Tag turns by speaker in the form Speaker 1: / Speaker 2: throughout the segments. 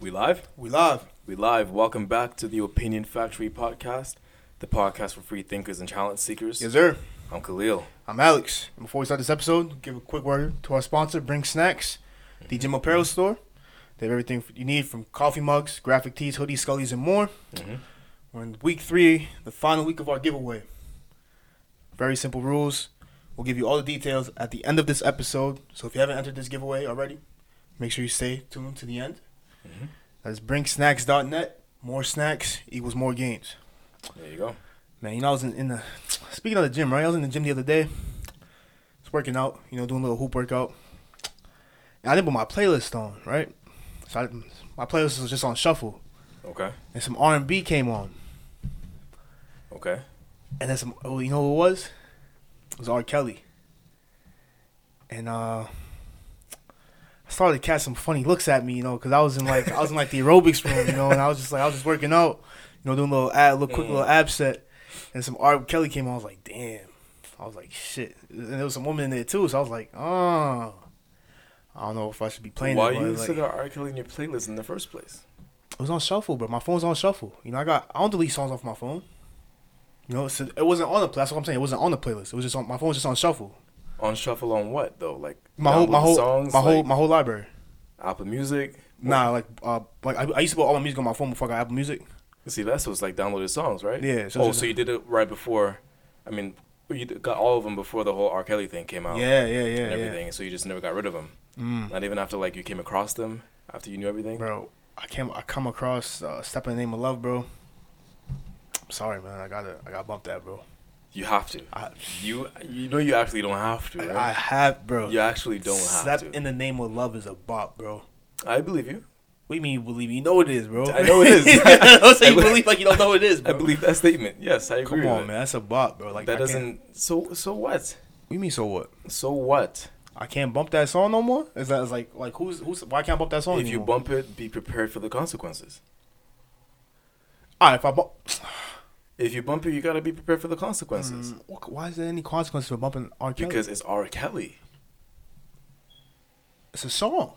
Speaker 1: We live?
Speaker 2: We live.
Speaker 1: We live. Welcome back to the Opinion Factory podcast, the podcast for free thinkers and talent seekers.
Speaker 2: Yes, sir.
Speaker 1: I'm Khalil.
Speaker 2: I'm Alex. And Before we start this episode, give a quick word to our sponsor, Bring Snacks, the Jim Apparel Store. They have everything you need from coffee mugs, graphic tees, hoodies, scullies, and more.
Speaker 1: Mhm.
Speaker 2: We're in week three, the final week of our giveaway. Very simple rules. We'll give you all the details at the end of this episode. So if you haven't entered this giveaway already, make sure you stay tuned to the end.
Speaker 1: Mhm.
Speaker 2: That's bringsnacks.net. More snacks equals more games.
Speaker 1: There you go.
Speaker 2: Man, you know, I was in, in the speaking of the gym, right? I was in the gym the other day. It's working out, you know, doing a little hoop workout. And I didn't put my playlist on, right? So I, my playlist was just on shuffle,
Speaker 1: Okay.
Speaker 2: and some R and B came on,
Speaker 1: Okay.
Speaker 2: and then some. Oh, you know who it was? It was R. Kelly. And uh, I started to catch some funny looks at me, you know, because I was in like I was in like the aerobics room, you know, and I was just like I was just working out, you know, doing a little ad, little quick
Speaker 1: Mm.
Speaker 2: little ab set, and some R. Kelly came on. I was like, damn. I was like, shit. And there was some woman in there too, so I was like, oh. I don't know if I should be playing.
Speaker 1: Why
Speaker 2: it, but,
Speaker 1: you
Speaker 2: like-
Speaker 1: still got R. Kelly in your playlist in the first place?
Speaker 2: it was on shuffle, bro. My phone's on shuffle. You know, I got I don't delete songs off my phone. You know, so it wasn't on the. That's what I'm saying. It wasn't on the playlist. It was just on my phone's just on shuffle.
Speaker 1: On shuffle on what though? Like
Speaker 2: My whole my
Speaker 1: download
Speaker 2: whole
Speaker 1: songs,
Speaker 2: my whole
Speaker 1: like
Speaker 2: my whole library.
Speaker 1: Apple Music.
Speaker 2: Nah, like uh, like I, I used to put all my music on my phone before I got Apple Music.
Speaker 1: See, that's what's like downloaded songs, right?
Speaker 2: Yeah, so
Speaker 1: oh,
Speaker 2: just-
Speaker 1: so you did it right before. I mean, you d- got all of them before the whole R. Kelly thing came out.
Speaker 2: Yeah, yeah, yeah,
Speaker 1: And
Speaker 2: yeah.
Speaker 1: Oh. everything. So you just never got rid of them.
Speaker 2: Mm.
Speaker 1: Not even after like you came across them after you knew everything.
Speaker 2: Bro, I came I come across uh, "Step in the Name of Love," bro. I'm sorry, man. I gotta I gotta bump that, bro.
Speaker 1: You have to.
Speaker 2: I
Speaker 1: You you know you actually don't have to. Right?
Speaker 2: I have, bro.
Speaker 1: you actually don't have
Speaker 2: "Step
Speaker 1: to.
Speaker 2: in the Name of Love" is a bop, bro.
Speaker 1: I believe you.
Speaker 2: What do you mean you believe? You know it is, bro.
Speaker 1: I know it is.
Speaker 2: Don't say
Speaker 1: I
Speaker 2: you
Speaker 1: be-
Speaker 2: believe like you don't know it is,
Speaker 1: I
Speaker 2: bro.
Speaker 1: believe that statement. Yes, I agree.
Speaker 2: Come on,
Speaker 1: with it.
Speaker 2: man. That's a bop, bro. Like I
Speaker 1: that
Speaker 2: can't-
Speaker 1: doesn't. So so what?
Speaker 2: What do you mean? So what?
Speaker 1: So what?
Speaker 2: I can't bump that song no more. Is that is like like who's who's? Why can't I bump that song?
Speaker 1: If you
Speaker 2: anymore?
Speaker 1: bump it, be prepared for the consequences.
Speaker 2: all right, if I bump,
Speaker 1: If you bump it, you gotta be prepared for the consequences
Speaker 2: Mm, what- why is there any consequence for bumping R. Kelly?
Speaker 1: because it's R. Kelly,
Speaker 2: it's a song.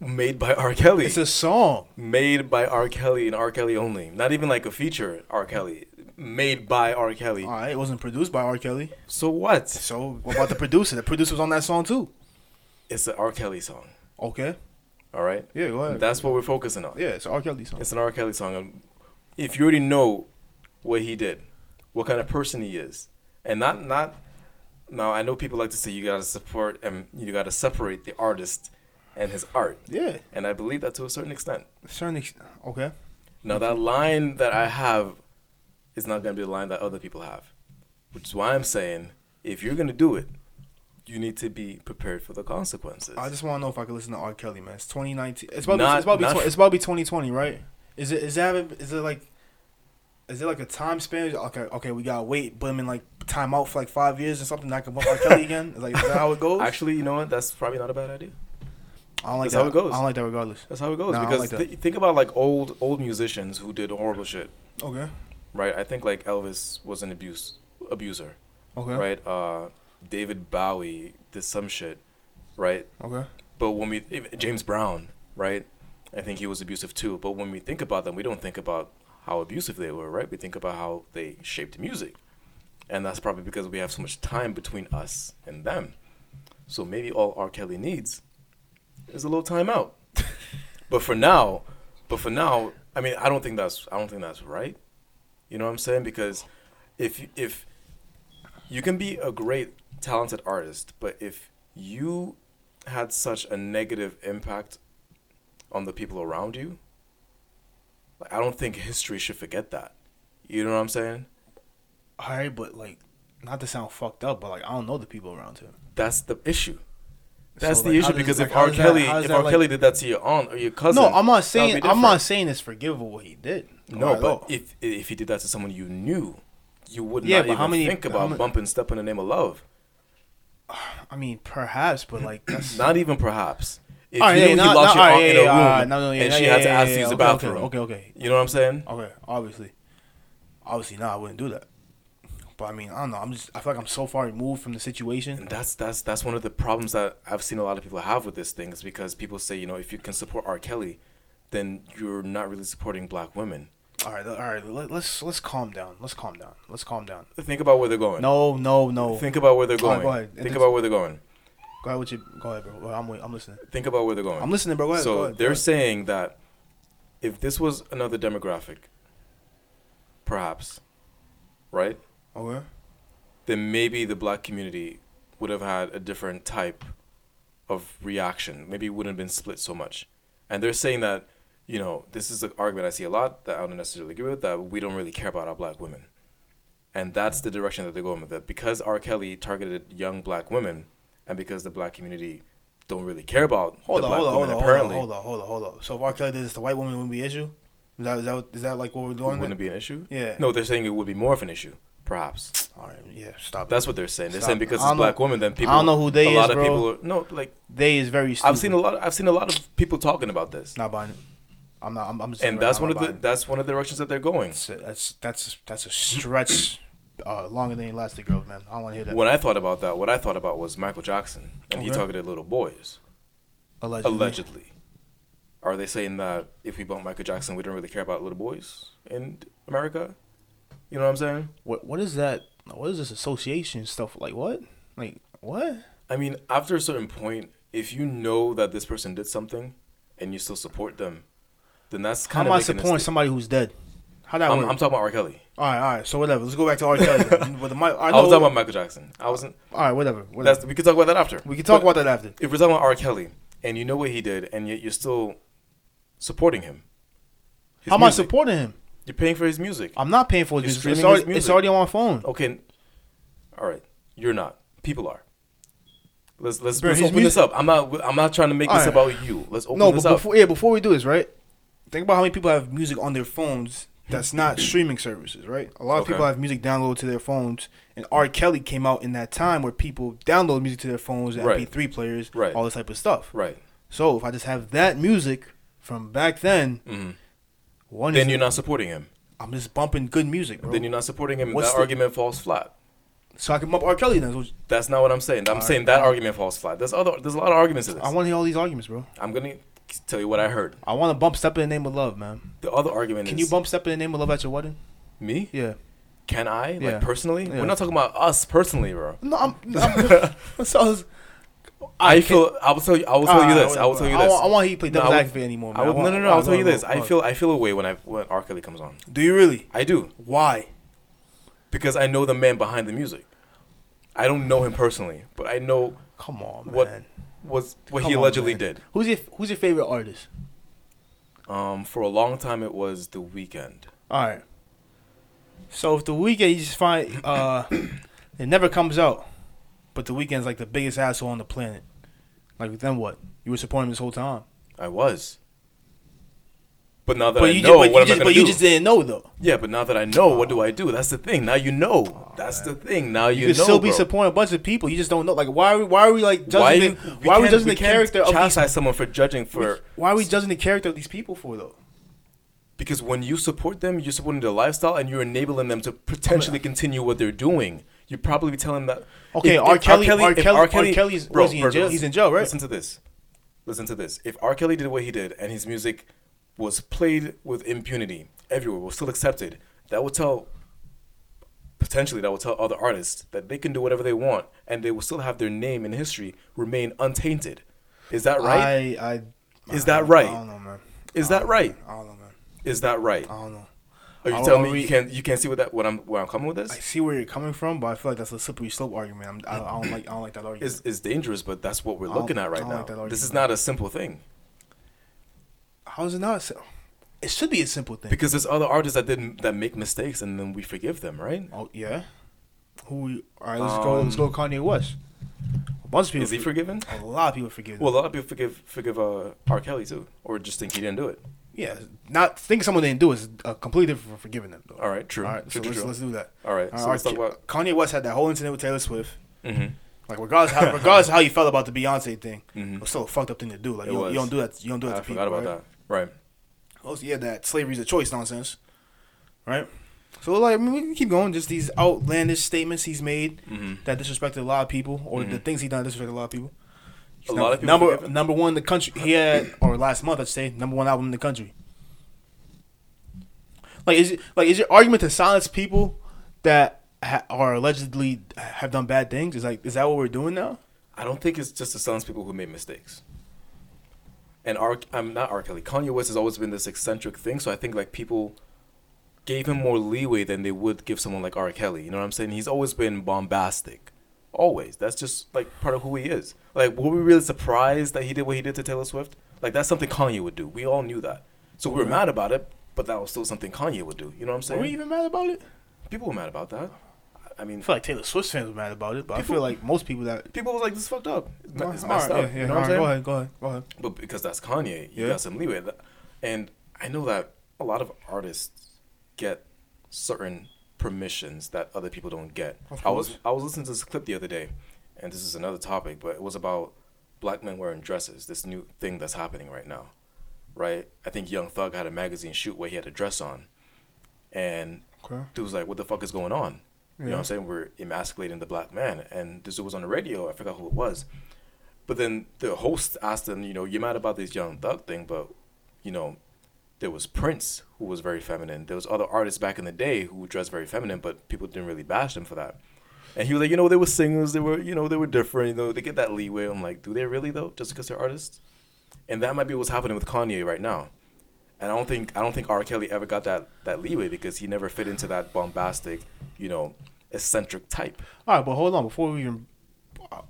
Speaker 1: made by R. Kelly,
Speaker 2: It's a song.
Speaker 1: made by R. Kelly and R. Kelly only. Not even like a feature R. Kelly, made by R. Kelly.
Speaker 2: All right, it wasn't produced by R. Kelly.
Speaker 1: So what?
Speaker 2: Ah. So what about the producer? The producer was on that song too.
Speaker 1: It's an R. Kelly song.
Speaker 2: Okay.
Speaker 1: All right.
Speaker 2: Yeah. Go ahead.
Speaker 1: That's what we're focusing on.
Speaker 2: yeah, it's a R. Kelly song.
Speaker 1: It's an R. Kelly song. Um, If you already know what he did, what kind of person he is, and not not now, I know people like to say you gotta support and you gotta separate the artist and his art,
Speaker 2: yeah.
Speaker 1: and I believe that to a certain extent.
Speaker 2: Certain. Ex- okay.
Speaker 1: Now
Speaker 2: Mm-hmm.
Speaker 1: that line that I have is not gonna be the line that other people have, which is why I'm saying if you're gonna do it, you need to be prepared for the consequences.
Speaker 2: I just want to know if I can listen to R. Kelly, man. It's 2019. It's about
Speaker 1: Not-
Speaker 2: it's about to be
Speaker 1: not-
Speaker 2: twen- it's about to be 2020, right? Is it is that is it like is it like a time span? Okay, okay, we gotta wait, but I mean like time out for like five years or something. That I can bump R. Kelly again. Is like is that how it goes?
Speaker 1: Actually, you know what? That's probably not a bad idea.
Speaker 2: I don't like
Speaker 1: that's
Speaker 2: that.
Speaker 1: how it goes.
Speaker 2: I don't like that regardless.
Speaker 1: That's how it goes.
Speaker 2: No, I don't
Speaker 1: because
Speaker 2: like that.
Speaker 1: thi- think about like old old musicians who did horrible shit.
Speaker 2: Okay,
Speaker 1: right? I think like Elvis was an abuse abuser,
Speaker 2: okay,
Speaker 1: right? Uh, David Bowie did some shit, right?
Speaker 2: okay.
Speaker 1: But when we if- James Brown, right? I think he was abusive too. But when we think about them, we don't think about how abusive they were, right? We think about how they shaped music, and that's probably because we have so much time between us and them. So maybe all R. Kelly needs is a little timeout. but for now, but for now, I mean, I don't think that's I don't think that's right. You know what I'm saying? Because if if you can be a great talented artist, but if you had such a negative impact on the people around you, like I don't think history should forget that. You know what I'm saying?
Speaker 2: All right, but like not to sound fucked up, but like I don't know the people around him.
Speaker 1: That's the issue. That's
Speaker 2: So,
Speaker 1: the
Speaker 2: like, how
Speaker 1: issue
Speaker 2: does-
Speaker 1: because
Speaker 2: like,
Speaker 1: if
Speaker 2: how
Speaker 1: R.
Speaker 2: does that-
Speaker 1: Kelly,
Speaker 2: how does
Speaker 1: if
Speaker 2: that,
Speaker 1: R.
Speaker 2: like-
Speaker 1: Kelly did that to your aunt or your cousin,
Speaker 2: no, I'm not
Speaker 1: that would be
Speaker 2: saying I'm not
Speaker 1: different.
Speaker 2: saying it's forgivable what he did.
Speaker 1: No,
Speaker 2: Or-
Speaker 1: but if if he did that to someone you knew, you would
Speaker 2: Yeah,
Speaker 1: not
Speaker 2: but
Speaker 1: even
Speaker 2: how many-
Speaker 1: think
Speaker 2: how
Speaker 1: about
Speaker 2: many-
Speaker 1: bumping step in the name of love.
Speaker 2: I mean perhaps, but like that's
Speaker 1: Not even perhaps. If
Speaker 2: All right,
Speaker 1: you
Speaker 2: yeah,
Speaker 1: knew he
Speaker 2: not-
Speaker 1: locked
Speaker 2: not-
Speaker 1: your
Speaker 2: all right,
Speaker 1: aunt in
Speaker 2: yeah,
Speaker 1: a
Speaker 2: yeah,
Speaker 1: room
Speaker 2: all right, no, no, yeah,
Speaker 1: and
Speaker 2: yeah,
Speaker 1: she had to
Speaker 2: yeah,
Speaker 1: ask
Speaker 2: yeah,
Speaker 1: to
Speaker 2: yeah,
Speaker 1: use the
Speaker 2: okay, okay,
Speaker 1: bathroom.
Speaker 2: okay, okay.
Speaker 1: You know what I'm saying?
Speaker 2: Okay, obviously. Obviously, no, I wouldn't do that. But I mean, I don't know. I'm just. I feel like I'm so far removed from the situation.
Speaker 1: And that's that's that's one of the problems that I've seen a lot of people have with this thing is because people say, you know, if you can support R. Kelly, then you're not really supporting black women.
Speaker 2: All right, all right. Let, let's let's calm down. Let's calm down. Let's calm down.
Speaker 1: Think about where they're going.
Speaker 2: No, no, no.
Speaker 1: Think about where they're
Speaker 2: All right,
Speaker 1: going.
Speaker 2: go ahead.
Speaker 1: Think about where they're going.
Speaker 2: Go ahead with your. Go ahead, bro. I'm wait- I'm listening.
Speaker 1: Think about where they're going.
Speaker 2: I'm listening, bro. Go ahead.
Speaker 1: so
Speaker 2: go ahead,
Speaker 1: they're
Speaker 2: go ahead.
Speaker 1: saying that if this was another demographic, perhaps, right?
Speaker 2: Okay.
Speaker 1: Then maybe the black community would have had a different type of reaction. Maybe it wouldn't have been split so much. And they're saying that, you know, this is an argument I see a lot that I don't necessarily agree with, that we don't really care about our black women. And that's the direction that they're going with it. Because R. Kelly targeted young black women and because the black community don't really care about
Speaker 2: Hold
Speaker 1: the
Speaker 2: on,
Speaker 1: black
Speaker 2: hold on, hold
Speaker 1: women
Speaker 2: on, hold on,
Speaker 1: apparently.
Speaker 2: hold on, hold on, hold on. So if R. Kelly did this to white women, it wouldn't be an issue. Is that is that is that like what we're doing?
Speaker 1: wouldn't it be an issue?
Speaker 2: Yeah.
Speaker 1: No, they're saying it would be more of an issue, perhaps.
Speaker 2: All right, yeah. Stop.
Speaker 1: That's what they're saying. They're
Speaker 2: Stop.
Speaker 1: saying because
Speaker 2: I
Speaker 1: it's
Speaker 2: don't know-
Speaker 1: black women, then people.
Speaker 2: I don't know who they
Speaker 1: a
Speaker 2: is,
Speaker 1: lot of
Speaker 2: bro.
Speaker 1: people. Are, no, like
Speaker 2: it. They is very. Stupid.
Speaker 1: I've seen a lot. I've seen a lot of people talking about this,
Speaker 2: Not buying it. I'm not. I'm. I'm just
Speaker 1: and
Speaker 2: right
Speaker 1: that's
Speaker 2: now,
Speaker 1: one
Speaker 2: I'm
Speaker 1: of
Speaker 2: not
Speaker 1: the
Speaker 2: buying it.
Speaker 1: that's one of the directions that they're going.
Speaker 2: That's a, that's that's that's a stretch. Uh, longer than Elastic Girls, man. I don't want to hear that.
Speaker 1: When I thought about that, what I thought about was Michael Jackson, and he
Speaker 2: Okay.
Speaker 1: targeted little boys.
Speaker 2: Allegedly.
Speaker 1: Allegedly, are they saying that if we bump Michael Jackson, we don't really care about little boys in America? You know what I'm saying?
Speaker 2: What what is that? What is this association stuff? Like what? Like what?
Speaker 1: I mean, after a certain point, if you know that this person did something and you still support them, then that's
Speaker 2: How
Speaker 1: kind
Speaker 2: am
Speaker 1: of
Speaker 2: I supporting somebody who's dead? How that
Speaker 1: I'm,
Speaker 2: work?
Speaker 1: I'm talking about R. Kelly.
Speaker 2: all right, all right. So whatever. Let's go back to R. Kelly. With the, mi- I,
Speaker 1: I,
Speaker 2: know,
Speaker 1: was talking about Michael Jackson. I wasn't.
Speaker 2: All right, whatever. whatever.
Speaker 1: That's, we can talk about that after.
Speaker 2: we can talk
Speaker 1: But
Speaker 2: about that after.
Speaker 1: if we're talking about R. Kelly and you know what he did and yet you're still supporting him. His
Speaker 2: How am I
Speaker 1: music.
Speaker 2: supporting him?
Speaker 1: You're paying for his music.
Speaker 2: I'm not paying for
Speaker 1: You're
Speaker 2: this. It's
Speaker 1: streaming
Speaker 2: already,
Speaker 1: his music.
Speaker 2: it's already on my phone.
Speaker 1: Okay, n- all right. You're not. People are. Let's let's,
Speaker 2: Bro,
Speaker 1: let's
Speaker 2: his
Speaker 1: open this
Speaker 2: music-
Speaker 1: up. I'm not. I'm not trying to make
Speaker 2: All
Speaker 1: this
Speaker 2: right.
Speaker 1: about you. Let's open
Speaker 2: No,
Speaker 1: this
Speaker 2: but
Speaker 1: Oh, up.
Speaker 2: before yeah, before we do this, right? Think about how many people have music on their phones that's not streaming services, right? A lot of
Speaker 1: Okay.
Speaker 2: people have music downloaded to their phones, and R. Kelly came out in that time where people download music to their phones,
Speaker 1: Right.
Speaker 2: MP3 players,
Speaker 1: Right.
Speaker 2: all this type of stuff.
Speaker 1: right.
Speaker 2: So if I just have that music from back then,
Speaker 1: Mhm.
Speaker 2: one
Speaker 1: Then
Speaker 2: is
Speaker 1: you're not supporting him.
Speaker 2: I'm just bumping good music, bro.
Speaker 1: then you're not supporting him.
Speaker 2: What's
Speaker 1: that
Speaker 2: the-
Speaker 1: argument falls flat.
Speaker 2: so I can bump R. Kelly then.
Speaker 1: That's not what I'm saying. I'm
Speaker 2: Alright.
Speaker 1: saying that argument falls flat. There's other. There's a lot of arguments to this.
Speaker 2: I want to hear all these arguments, bro.
Speaker 1: I'm gonna tell you what I heard.
Speaker 2: I want to bump "Step in the Name of Love," man.
Speaker 1: The other argument
Speaker 2: Can
Speaker 1: is
Speaker 2: you bump "Step in the Name of Love" at your wedding?
Speaker 1: me.
Speaker 2: Yeah.
Speaker 1: Can I? Like
Speaker 2: Yeah.
Speaker 1: personally,
Speaker 2: Yeah.
Speaker 1: we're not talking about us personally, bro.
Speaker 2: No, I'm. I'm so
Speaker 1: I, feel. I will tell you. I will tell
Speaker 2: Ah,
Speaker 1: you this. I will tell you
Speaker 2: I
Speaker 1: this.
Speaker 2: want, I want he to play
Speaker 1: No,
Speaker 2: devil's
Speaker 1: I would-
Speaker 2: advocate anymore. Man.
Speaker 1: I would,
Speaker 2: want-
Speaker 1: no, no, no. I'll
Speaker 2: want-
Speaker 1: tell you
Speaker 2: want-
Speaker 1: this. I
Speaker 2: want-
Speaker 1: feel. I feel a way when I when R. Kelly comes on.
Speaker 2: Do you really?
Speaker 1: I do
Speaker 2: Why?
Speaker 1: because I know the man behind the music. I don't know him personally, but I know
Speaker 2: Come on, man.
Speaker 1: what was what he
Speaker 2: Come on,
Speaker 1: allegedly
Speaker 2: man.
Speaker 1: did.
Speaker 2: Who's your Who's your favorite artist?
Speaker 1: Um, for a long time, it was The Weekend.
Speaker 2: All right. So if the weekend you just find uh, it never comes out, but the weekend's like the biggest asshole on the planet. Like then what? You were supporting him this whole time,
Speaker 1: I was. But now that I
Speaker 2: but you
Speaker 1: know
Speaker 2: just, but,
Speaker 1: what
Speaker 2: you
Speaker 1: I'm
Speaker 2: just,
Speaker 1: gonna
Speaker 2: but
Speaker 1: do.
Speaker 2: you just didn't know though.
Speaker 1: yeah, but now that I know, what do I do? That's the thing. Now you know. That's the thing. Now you,
Speaker 2: Oh, You, can
Speaker 1: know.
Speaker 2: still be
Speaker 1: bro.
Speaker 2: supporting a bunch of people. You just don't know. Like why are we, why are we like judging
Speaker 1: Why,
Speaker 2: the,
Speaker 1: you, we
Speaker 2: why are we
Speaker 1: can't-
Speaker 2: judging the
Speaker 1: can't
Speaker 2: character of these?
Speaker 1: chastise someone for judging for
Speaker 2: Why are we judging the character of these people for though?
Speaker 1: because when you support them, you're supporting their lifestyle and you're enabling them to potentially continue what they're doing. You're probably telling that.
Speaker 2: Okay,
Speaker 1: if-
Speaker 2: R.
Speaker 1: if
Speaker 2: Kelly- R. Kelly- R. Kelly's-
Speaker 1: bro,
Speaker 2: was he in
Speaker 1: bro,
Speaker 2: jail?
Speaker 1: listen-
Speaker 2: He's in jail, right?
Speaker 1: Listen to this. Listen to this. If R. Kelly did what he did and his music was played with impunity everywhere, was still accepted, that would tell potentially that will tell other artists that they can do whatever they want and they will still have their name in history remain untainted. Is that right?
Speaker 2: I, I,
Speaker 1: Is that
Speaker 2: I-
Speaker 1: right?
Speaker 2: I don't know, man.
Speaker 1: Is
Speaker 2: I
Speaker 1: that
Speaker 2: don't know,
Speaker 1: right?
Speaker 2: man. I don't know, man.
Speaker 1: Is that right?
Speaker 2: I don't know.
Speaker 1: Are you
Speaker 2: I-
Speaker 1: telling
Speaker 2: are
Speaker 1: me
Speaker 2: we-
Speaker 1: you can't you can't see what that what I'm where I'm coming with
Speaker 2: I
Speaker 1: this?
Speaker 2: see where you're coming from, but I feel like that's a slippery slope argument. I'm, I, I don't like. I don't like that argument.
Speaker 1: Is is dangerous, but that's what we're
Speaker 2: I don't-
Speaker 1: looking at
Speaker 2: I
Speaker 1: right
Speaker 2: don't
Speaker 1: now.
Speaker 2: like that
Speaker 1: this is not
Speaker 2: argument.
Speaker 1: a simple thing
Speaker 2: How is it not? A, sim- it should be a simple thing.
Speaker 1: because there's other artists that didn't that make mistakes and then we forgive them, right?
Speaker 2: oh yeah. Who? we- All right, let's go. Let's
Speaker 1: Um,
Speaker 2: go. Kanye West. A bunch of people.
Speaker 1: Is he
Speaker 2: forg-
Speaker 1: forgiven?
Speaker 2: a lot of people forgive.
Speaker 1: Well, a
Speaker 2: Well,
Speaker 1: lot of people forgive forgive uh, R. Kelly too, or just think he didn't do it.
Speaker 2: yeah. Not think someone didn't do is uh, completely different from forgiving them. Though.
Speaker 1: All right, true.
Speaker 2: All right. So
Speaker 1: true,
Speaker 2: let's,
Speaker 1: true,
Speaker 2: let's
Speaker 1: true.
Speaker 2: do that.
Speaker 1: All right, so
Speaker 2: All
Speaker 1: let's talk
Speaker 2: right,
Speaker 1: about.
Speaker 2: Kanye West had that whole incident with Taylor Swift.
Speaker 1: hmm
Speaker 2: Like regardless how regardless how you felt about the Beyonce thing,
Speaker 1: Mhm.
Speaker 2: it was still a fucked up thing to do. Like
Speaker 1: It
Speaker 2: you, don't- you
Speaker 1: was.
Speaker 2: don't do that. You don't do that
Speaker 1: I
Speaker 2: to people.
Speaker 1: forgot about
Speaker 2: right?
Speaker 1: that. Right.
Speaker 2: Also, yeah, that slavery's a choice nonsense, right? So like, I mean, we can keep going. Just these outlandish statements he's made
Speaker 1: Mhm.
Speaker 2: that disrespected a lot of people, or the
Speaker 1: Mhm.
Speaker 2: things he done disrespected a lot of people.
Speaker 1: a lot of people
Speaker 2: number
Speaker 1: forgive him.
Speaker 2: number one in the country. He had or last month I'd say number one album in the country. Like is it, like is your argument to silence people that ha- are allegedly have done bad things? Is like is that what we're doing now?
Speaker 1: I don't think it's just to silence people who made mistakes. And R, I'm not R. Kelly. Kanye West has always been this eccentric thing, so I think like people gave him more leeway than they would give someone like R. Kelly. You know what I'm saying? He's always been bombastic, always. That's just like part of who he is. Like, were we really surprised that he did what he did to Taylor Swift? Like, that's something Kanye would do. We all knew that, so we were mad about it. But that was still something Kanye would do. You know what I'm
Speaker 2: Are
Speaker 1: saying?
Speaker 2: we even mad about it?
Speaker 1: people were mad about that. I- I mean,
Speaker 2: I feel like Taylor Swift fans were mad about it, but
Speaker 1: People-
Speaker 2: I feel like most people that
Speaker 1: people was like, "This is fucked up. It's me- it's
Speaker 2: All
Speaker 1: messed
Speaker 2: right,
Speaker 1: up."
Speaker 2: yeah, yeah,
Speaker 1: you know
Speaker 2: all
Speaker 1: what I'm
Speaker 2: right,
Speaker 1: saying?
Speaker 2: Go ahead, go ahead, go ahead.
Speaker 1: but because that's Kanye, you
Speaker 2: Yeah.
Speaker 1: got some leeway. Th- And I know that a lot of artists get certain permissions that other people don't get.
Speaker 2: Of
Speaker 1: I was
Speaker 2: course.
Speaker 1: I was listening to this clip the other day, and this is another topic, but it was about black men wearing dresses. This new thing that's happening right now, right? I think Young Thug had a magazine shoot where he had a dress on, and
Speaker 2: Okay.
Speaker 1: dude was like, "What the fuck is going on?" You know
Speaker 2: Yeah.
Speaker 1: what I'm saying? We're emasculating the black man, and this dude was on the radio. I forgot who it was, but then the host asked him, "You know, you're mad about this Young Thug thing, but you know, there was Prince who was very feminine. There was other artists back in the day who dressed very feminine, but people didn't really bash them for that." And he was like, "You know, they were singers. They were, you know, they were different. You know, they get that leeway." I'm like, "Do they really though? Just because they're artists?" And that might be what's happening with Kanye right now. And I don't think I don't think R. Kelly ever got that that leeway because he never fit into that bombastic, you know, eccentric type.
Speaker 2: All right, but hold on before we even.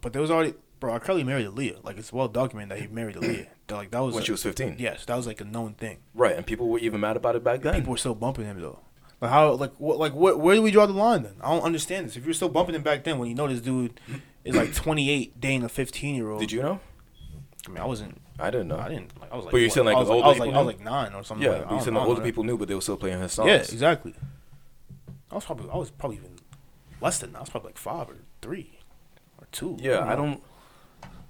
Speaker 2: But there was already bro. R. Kelly married Aaliyah. Like it's well documented that he married Aaliyah. That, like that was
Speaker 1: When
Speaker 2: a-
Speaker 1: she was 15.
Speaker 2: Yes, that was like a known thing.
Speaker 1: Right, and people were even mad about it back then.
Speaker 2: People were still bumping him though. Like how? Like what? Like what? Where do we draw the line then? I don't understand this. If you're still bumping him back then, when you know this dude is like 28, dating a 15 year old.
Speaker 1: Did you know?
Speaker 2: I mean, I wasn't.
Speaker 1: I didn't know.
Speaker 2: I didn't. Like I was like.
Speaker 1: But you're
Speaker 2: what?
Speaker 1: saying, like,
Speaker 2: I was
Speaker 1: the
Speaker 2: I was,
Speaker 1: older
Speaker 2: like,
Speaker 1: people
Speaker 2: I was like nine or something.
Speaker 1: Yeah,
Speaker 2: like, I
Speaker 1: but you
Speaker 2: don't-
Speaker 1: said
Speaker 2: I
Speaker 1: the
Speaker 2: don't
Speaker 1: older
Speaker 2: know.
Speaker 1: people knew, but they were still playing his songs.
Speaker 2: Yeah, exactly. I was probably. I was probably even less than. that. I was probably like five or three, or two.
Speaker 1: Yeah, I
Speaker 2: know.
Speaker 1: don't.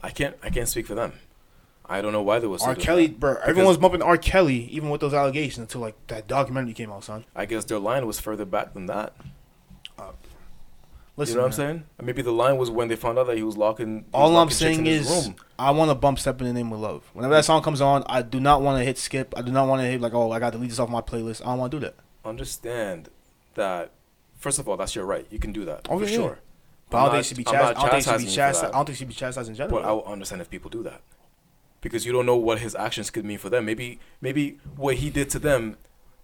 Speaker 1: I can't. I can't speak for them. I don't know why there was.
Speaker 2: R. Kelly, bro. Everyone was bumping R. Kelly, even with those allegations, until like that documentary came out, son.
Speaker 1: I guess their line was further back than that.
Speaker 2: Listen,
Speaker 1: you know what I'm
Speaker 2: man,
Speaker 1: saying? Maybe the line was when they found out that he was locking. he was
Speaker 2: All I'm
Speaker 1: locking chicks in
Speaker 2: saying
Speaker 1: his
Speaker 2: is,
Speaker 1: room.
Speaker 2: I want to bump "Step in the Name of Love." Whenever that song comes on, I do not want to hit skip. I do not want to hit like, oh, I got to delete this off my playlist. I don't want to do that.
Speaker 1: understand that. First of all, that's your right. You can do that
Speaker 2: Oh,
Speaker 1: for
Speaker 2: yeah, yeah.
Speaker 1: sure.
Speaker 2: But
Speaker 1: I'm
Speaker 2: I
Speaker 1: not-
Speaker 2: don't think she be
Speaker 1: I'm
Speaker 2: chastised.
Speaker 1: not
Speaker 2: I don't think
Speaker 1: chastising you
Speaker 2: she be
Speaker 1: for
Speaker 2: chastised. I
Speaker 1: that.
Speaker 2: don't think she be chastised in general.
Speaker 1: But I will understand if people do that, because you don't know what his actions could mean for them. Maybe, maybe what he did to them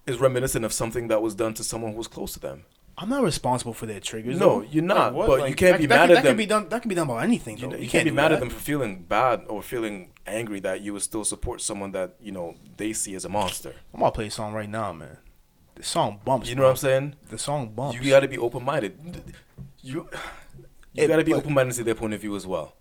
Speaker 1: is reminiscent of something that was done to someone who was close to them.
Speaker 2: I'm not responsible for their triggers.
Speaker 1: No,
Speaker 2: though.
Speaker 1: you're not,
Speaker 2: what?
Speaker 1: but you can't
Speaker 2: that,
Speaker 1: be
Speaker 2: that
Speaker 1: mad
Speaker 2: can,
Speaker 1: at
Speaker 2: that
Speaker 1: them.
Speaker 2: Can be done, that can be done by anything.
Speaker 1: You,
Speaker 2: though.
Speaker 1: know, you
Speaker 2: Oh, You
Speaker 1: can't be
Speaker 2: do
Speaker 1: mad
Speaker 2: that.
Speaker 1: at them for feeling bad or feeling angry that you would still support someone that you know they see as a monster.
Speaker 2: I'm gonna play a song right now, man. The song bumps.
Speaker 1: You know what I'm saying?
Speaker 2: The song bumps.
Speaker 1: You got to be open minded. You you
Speaker 2: It-
Speaker 1: got to be
Speaker 2: but-
Speaker 1: open minded to their point of view as well.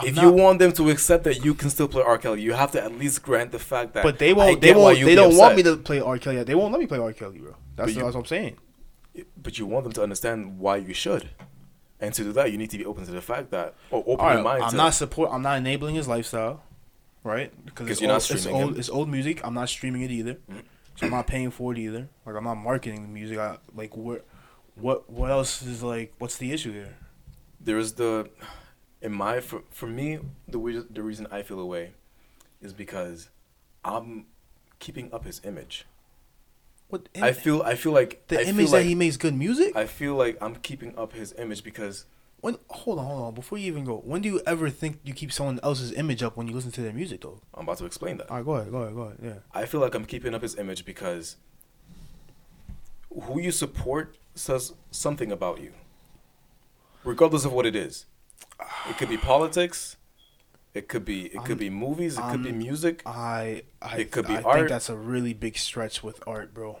Speaker 2: I'm
Speaker 1: if
Speaker 2: not-
Speaker 1: you want them to accept that you can still play R. Kelly, you have to at least grant the fact that.
Speaker 2: But they
Speaker 1: I
Speaker 2: won't. They
Speaker 1: get why
Speaker 2: won't.
Speaker 1: you'd
Speaker 2: They
Speaker 1: be
Speaker 2: don't want
Speaker 1: upset.
Speaker 2: me to play R. Kelly. They won't let me play R. Kelly, bro. That's,
Speaker 1: But you-
Speaker 2: that's what I'm saying.
Speaker 1: but you want them to understand why you should. And to do that, you need to be open to the fact that, or open
Speaker 2: All
Speaker 1: your
Speaker 2: right,
Speaker 1: mind
Speaker 2: I'm
Speaker 1: to.
Speaker 2: not support. I'm not enabling his lifestyle, right? Because
Speaker 1: 'Cause
Speaker 2: it's
Speaker 1: you're not
Speaker 2: old, it's
Speaker 1: streaming Mm.
Speaker 2: old,
Speaker 1: him.
Speaker 2: it's old music. I'm not streaming it either, so I'm not paying for it either. Like I'm not marketing the music. I, like what, what, what else is like? What's the issue here?
Speaker 1: there is the, in my for, for me, the re- the reason I feel away, is because, I'm, keeping up his image.
Speaker 2: What
Speaker 1: I feel I feel like
Speaker 2: the
Speaker 1: I feel
Speaker 2: image
Speaker 1: like,
Speaker 2: that he makes good music?
Speaker 1: I feel like I'm keeping up his image because
Speaker 2: when hold on, hold on. Before you even go, when do you ever think you keep someone else's image up when you listen to their music though?
Speaker 1: I'm about to explain that.
Speaker 2: All right, go ahead, go ahead, go ahead. Yeah.
Speaker 1: I feel like I'm keeping up his image because who you support says something about you, regardless of what it is. It could be politics, it could be it could be movies, it could be
Speaker 2: I'm-
Speaker 1: music.
Speaker 2: I I,
Speaker 1: It could be
Speaker 2: I
Speaker 1: art.
Speaker 2: think that's a really big stretch with art, bro.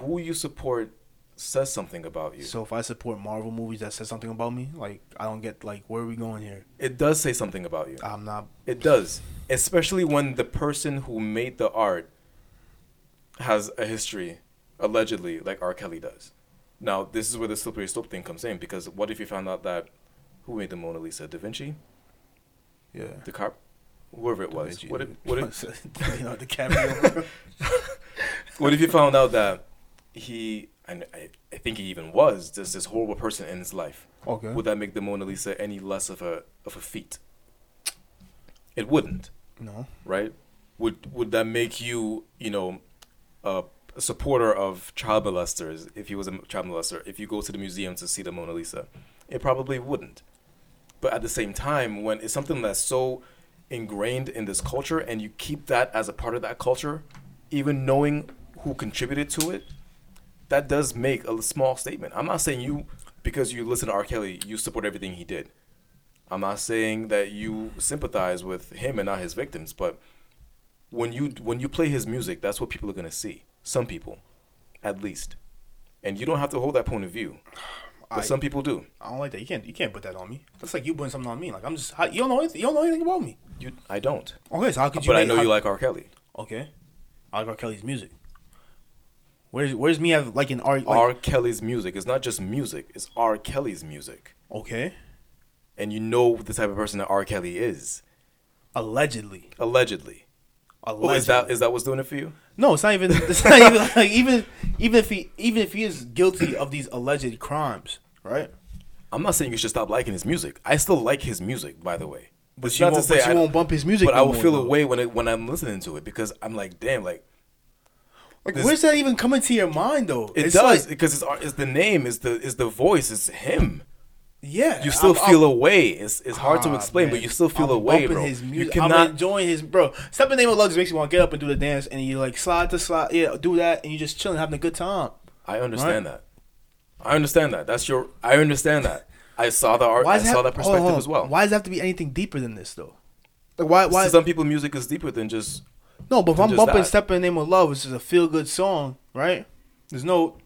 Speaker 1: Who you support says something about you.
Speaker 2: So if I support Marvel movies that says something about me, like I don't get like where are we going here?
Speaker 1: It does say something about you.
Speaker 2: I'm not
Speaker 1: It does, especially when the person who made the art has a history, allegedly, like R. Kelly does. Now, this is where the slippery slope thing comes in because what if you found out that who made the Mona Lisa? Da Vinci,
Speaker 2: yeah.
Speaker 1: the cop, whoever it was. What if, what if
Speaker 2: you know, DiCaprio. bro.
Speaker 1: what if you found out that he and I, I think he even was just this horrible person in his life?
Speaker 2: Okay.
Speaker 1: Would that make the Mona Lisa any less of a of a feat? It wouldn't,
Speaker 2: No.
Speaker 1: right? Would would that make you, you know, a a supporter of child molesters if he was a child molester? If you go to the museum to see the Mona Lisa, it probably wouldn't. But at the same time, when it's something that's so ingrained in this culture and you keep that as a part of that culture, even knowing who contributed to it, that does make a small statement. I'm not saying you, because you listen to R. Kelly, you support everything he did. I'm not saying that you sympathize with him and not his victims, but when you when you play his music, that's what people are gonna see. Some people, at least, and you don't have to hold that point of view, but
Speaker 2: I-
Speaker 1: some people do.
Speaker 2: I don't like that. You can't. You can't put that on me. That's like you putting something on me. Like I'm just. I, you don't know. Anything, you don't know anything about me.
Speaker 1: You, I don't,
Speaker 2: Okay, so how could you?
Speaker 1: but I
Speaker 2: make-
Speaker 1: know
Speaker 2: how-
Speaker 1: you like R. Kelly.
Speaker 2: Okay. I like R. Kelly's music. Where's Where's me have like an R? Like,
Speaker 1: R. Kelly's music is not just music; it's R. Kelly's music,
Speaker 2: Okay.
Speaker 1: and you know the type of person that R. Kelly is.
Speaker 2: Allegedly.
Speaker 1: Allegedly,
Speaker 2: Allegedly.
Speaker 1: oh, is that is that what's doing it for you?
Speaker 2: No, it's not even. It's not even like even even if he even if he is guilty of these alleged crimes, right?
Speaker 1: I'm not saying you should stop liking his music. I still like his music, by the way.
Speaker 2: But
Speaker 1: It's
Speaker 2: you won't- but you
Speaker 1: I-
Speaker 2: won't bump his music
Speaker 1: But I
Speaker 2: no
Speaker 1: will
Speaker 2: more,
Speaker 1: feel
Speaker 2: though.
Speaker 1: away when it, when I'm listening to it because I'm like, damn, like
Speaker 2: Like,
Speaker 1: This-
Speaker 2: where's that even coming to your mind though?
Speaker 1: it
Speaker 2: It's
Speaker 1: does
Speaker 2: like-
Speaker 1: because it's, ar- it's the name, is the is the voice, it's him.
Speaker 2: yeah.
Speaker 1: You still
Speaker 2: I'm-
Speaker 1: feel away. It's it's hard to
Speaker 2: Ah,
Speaker 1: explain,
Speaker 2: man.
Speaker 1: but you still feel
Speaker 2: I'm
Speaker 1: away,
Speaker 2: bumping
Speaker 1: bro.
Speaker 2: His
Speaker 1: You
Speaker 2: music.
Speaker 1: cannot.
Speaker 2: I'm enjoying his bro. Step in the name of lugs makes you want to get up and do the dance, and you like slide to slide, yeah, do that, and you just chilling, having a good time.
Speaker 1: I understand that. I understand that. That's your. I understand that. I saw the art. I
Speaker 2: does it
Speaker 1: saw
Speaker 2: have-
Speaker 1: that
Speaker 2: hold on,
Speaker 1: perspective
Speaker 2: hold on.
Speaker 1: as well.
Speaker 2: Why does it have to be anything deeper than this though? Like why? Why?
Speaker 1: To some people, music is deeper than just.
Speaker 2: no, but if
Speaker 1: than
Speaker 2: I'm
Speaker 1: just
Speaker 2: bumping
Speaker 1: that.
Speaker 2: "Step in the Name of Love," which is a feel good song, right? There's no,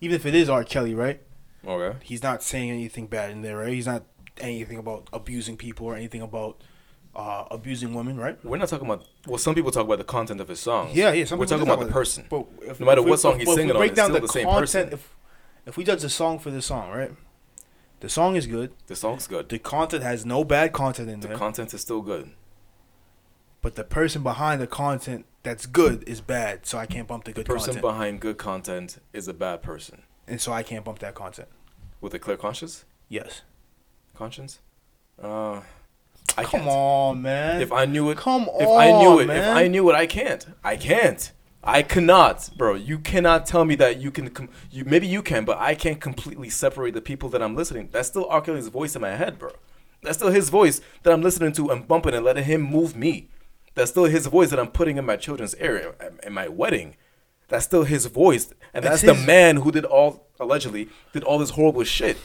Speaker 2: even if it is R. Kelly, right?
Speaker 1: Okay.
Speaker 2: he's not saying anything bad in there, right? He's not anything about abusing people or anything about uh, abusing women, right?
Speaker 1: We're not talking about. Well, some people talk about the content of his songs.
Speaker 2: Yeah, yeah. some
Speaker 1: We're
Speaker 2: people
Speaker 1: talking
Speaker 2: do
Speaker 1: about the
Speaker 2: that.
Speaker 1: person.
Speaker 2: But if-
Speaker 1: no matter
Speaker 2: if we-
Speaker 1: what song
Speaker 2: if-
Speaker 1: he's
Speaker 2: but if we
Speaker 1: singing on,
Speaker 2: break
Speaker 1: it's
Speaker 2: down
Speaker 1: still the, same person.
Speaker 2: If, if we judge the song for the song, right? The song is good.
Speaker 1: The song's good.
Speaker 2: The content has no bad content in
Speaker 1: The
Speaker 2: there,
Speaker 1: content is still good.
Speaker 2: but the person behind the content that's good is bad, so I can't bump the good
Speaker 1: Person
Speaker 2: content,
Speaker 1: behind good content is a bad person
Speaker 2: and so I can't bump that content.
Speaker 1: with a clear conscience.
Speaker 2: Yes.
Speaker 1: Conscience. Uh, I
Speaker 2: Come
Speaker 1: can't.
Speaker 2: on, man.
Speaker 1: If I knew it,
Speaker 2: Come
Speaker 1: If I knew
Speaker 2: on,
Speaker 1: it,
Speaker 2: man.
Speaker 1: if I knew it, I can't. I can't. I cannot, bro. You cannot tell me that you can. Com- you maybe you can, but I can't completely separate the people that I'm listening. That's still R. Kelly's voice in my head, bro. That's still his voice that I'm listening to and bumping and letting him move me. That's still his voice that I'm putting in my children's ear in- in my wedding. That's still his voice, and that's
Speaker 2: That's
Speaker 1: the
Speaker 2: his-
Speaker 1: man who did all allegedly did all this horrible shit.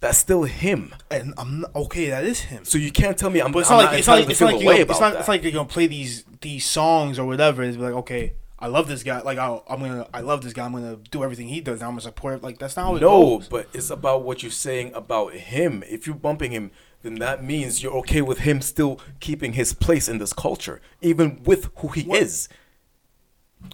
Speaker 1: That's still him.
Speaker 2: and I'm not, okay. That is him.
Speaker 1: So you can't tell me I'm.
Speaker 2: But it's
Speaker 1: I'm
Speaker 2: not
Speaker 1: not
Speaker 2: like it's not like,
Speaker 1: entitled
Speaker 2: it's
Speaker 1: to
Speaker 2: not
Speaker 1: feel
Speaker 2: like,
Speaker 1: away
Speaker 2: you're,
Speaker 1: about
Speaker 2: it's not,
Speaker 1: that.
Speaker 2: it's not like you're gonna play these these songs or whatever. It's like okay, I love this guy. Like I, I'm gonna I love this guy. I'm gonna do everything he does. I'm gonna support. Like that's not how it
Speaker 1: No,
Speaker 2: goes.
Speaker 1: but it's about what you're saying about him. If you're bumping him, then that means you're okay with him still keeping his place in this culture, even with who he
Speaker 2: What-
Speaker 1: is.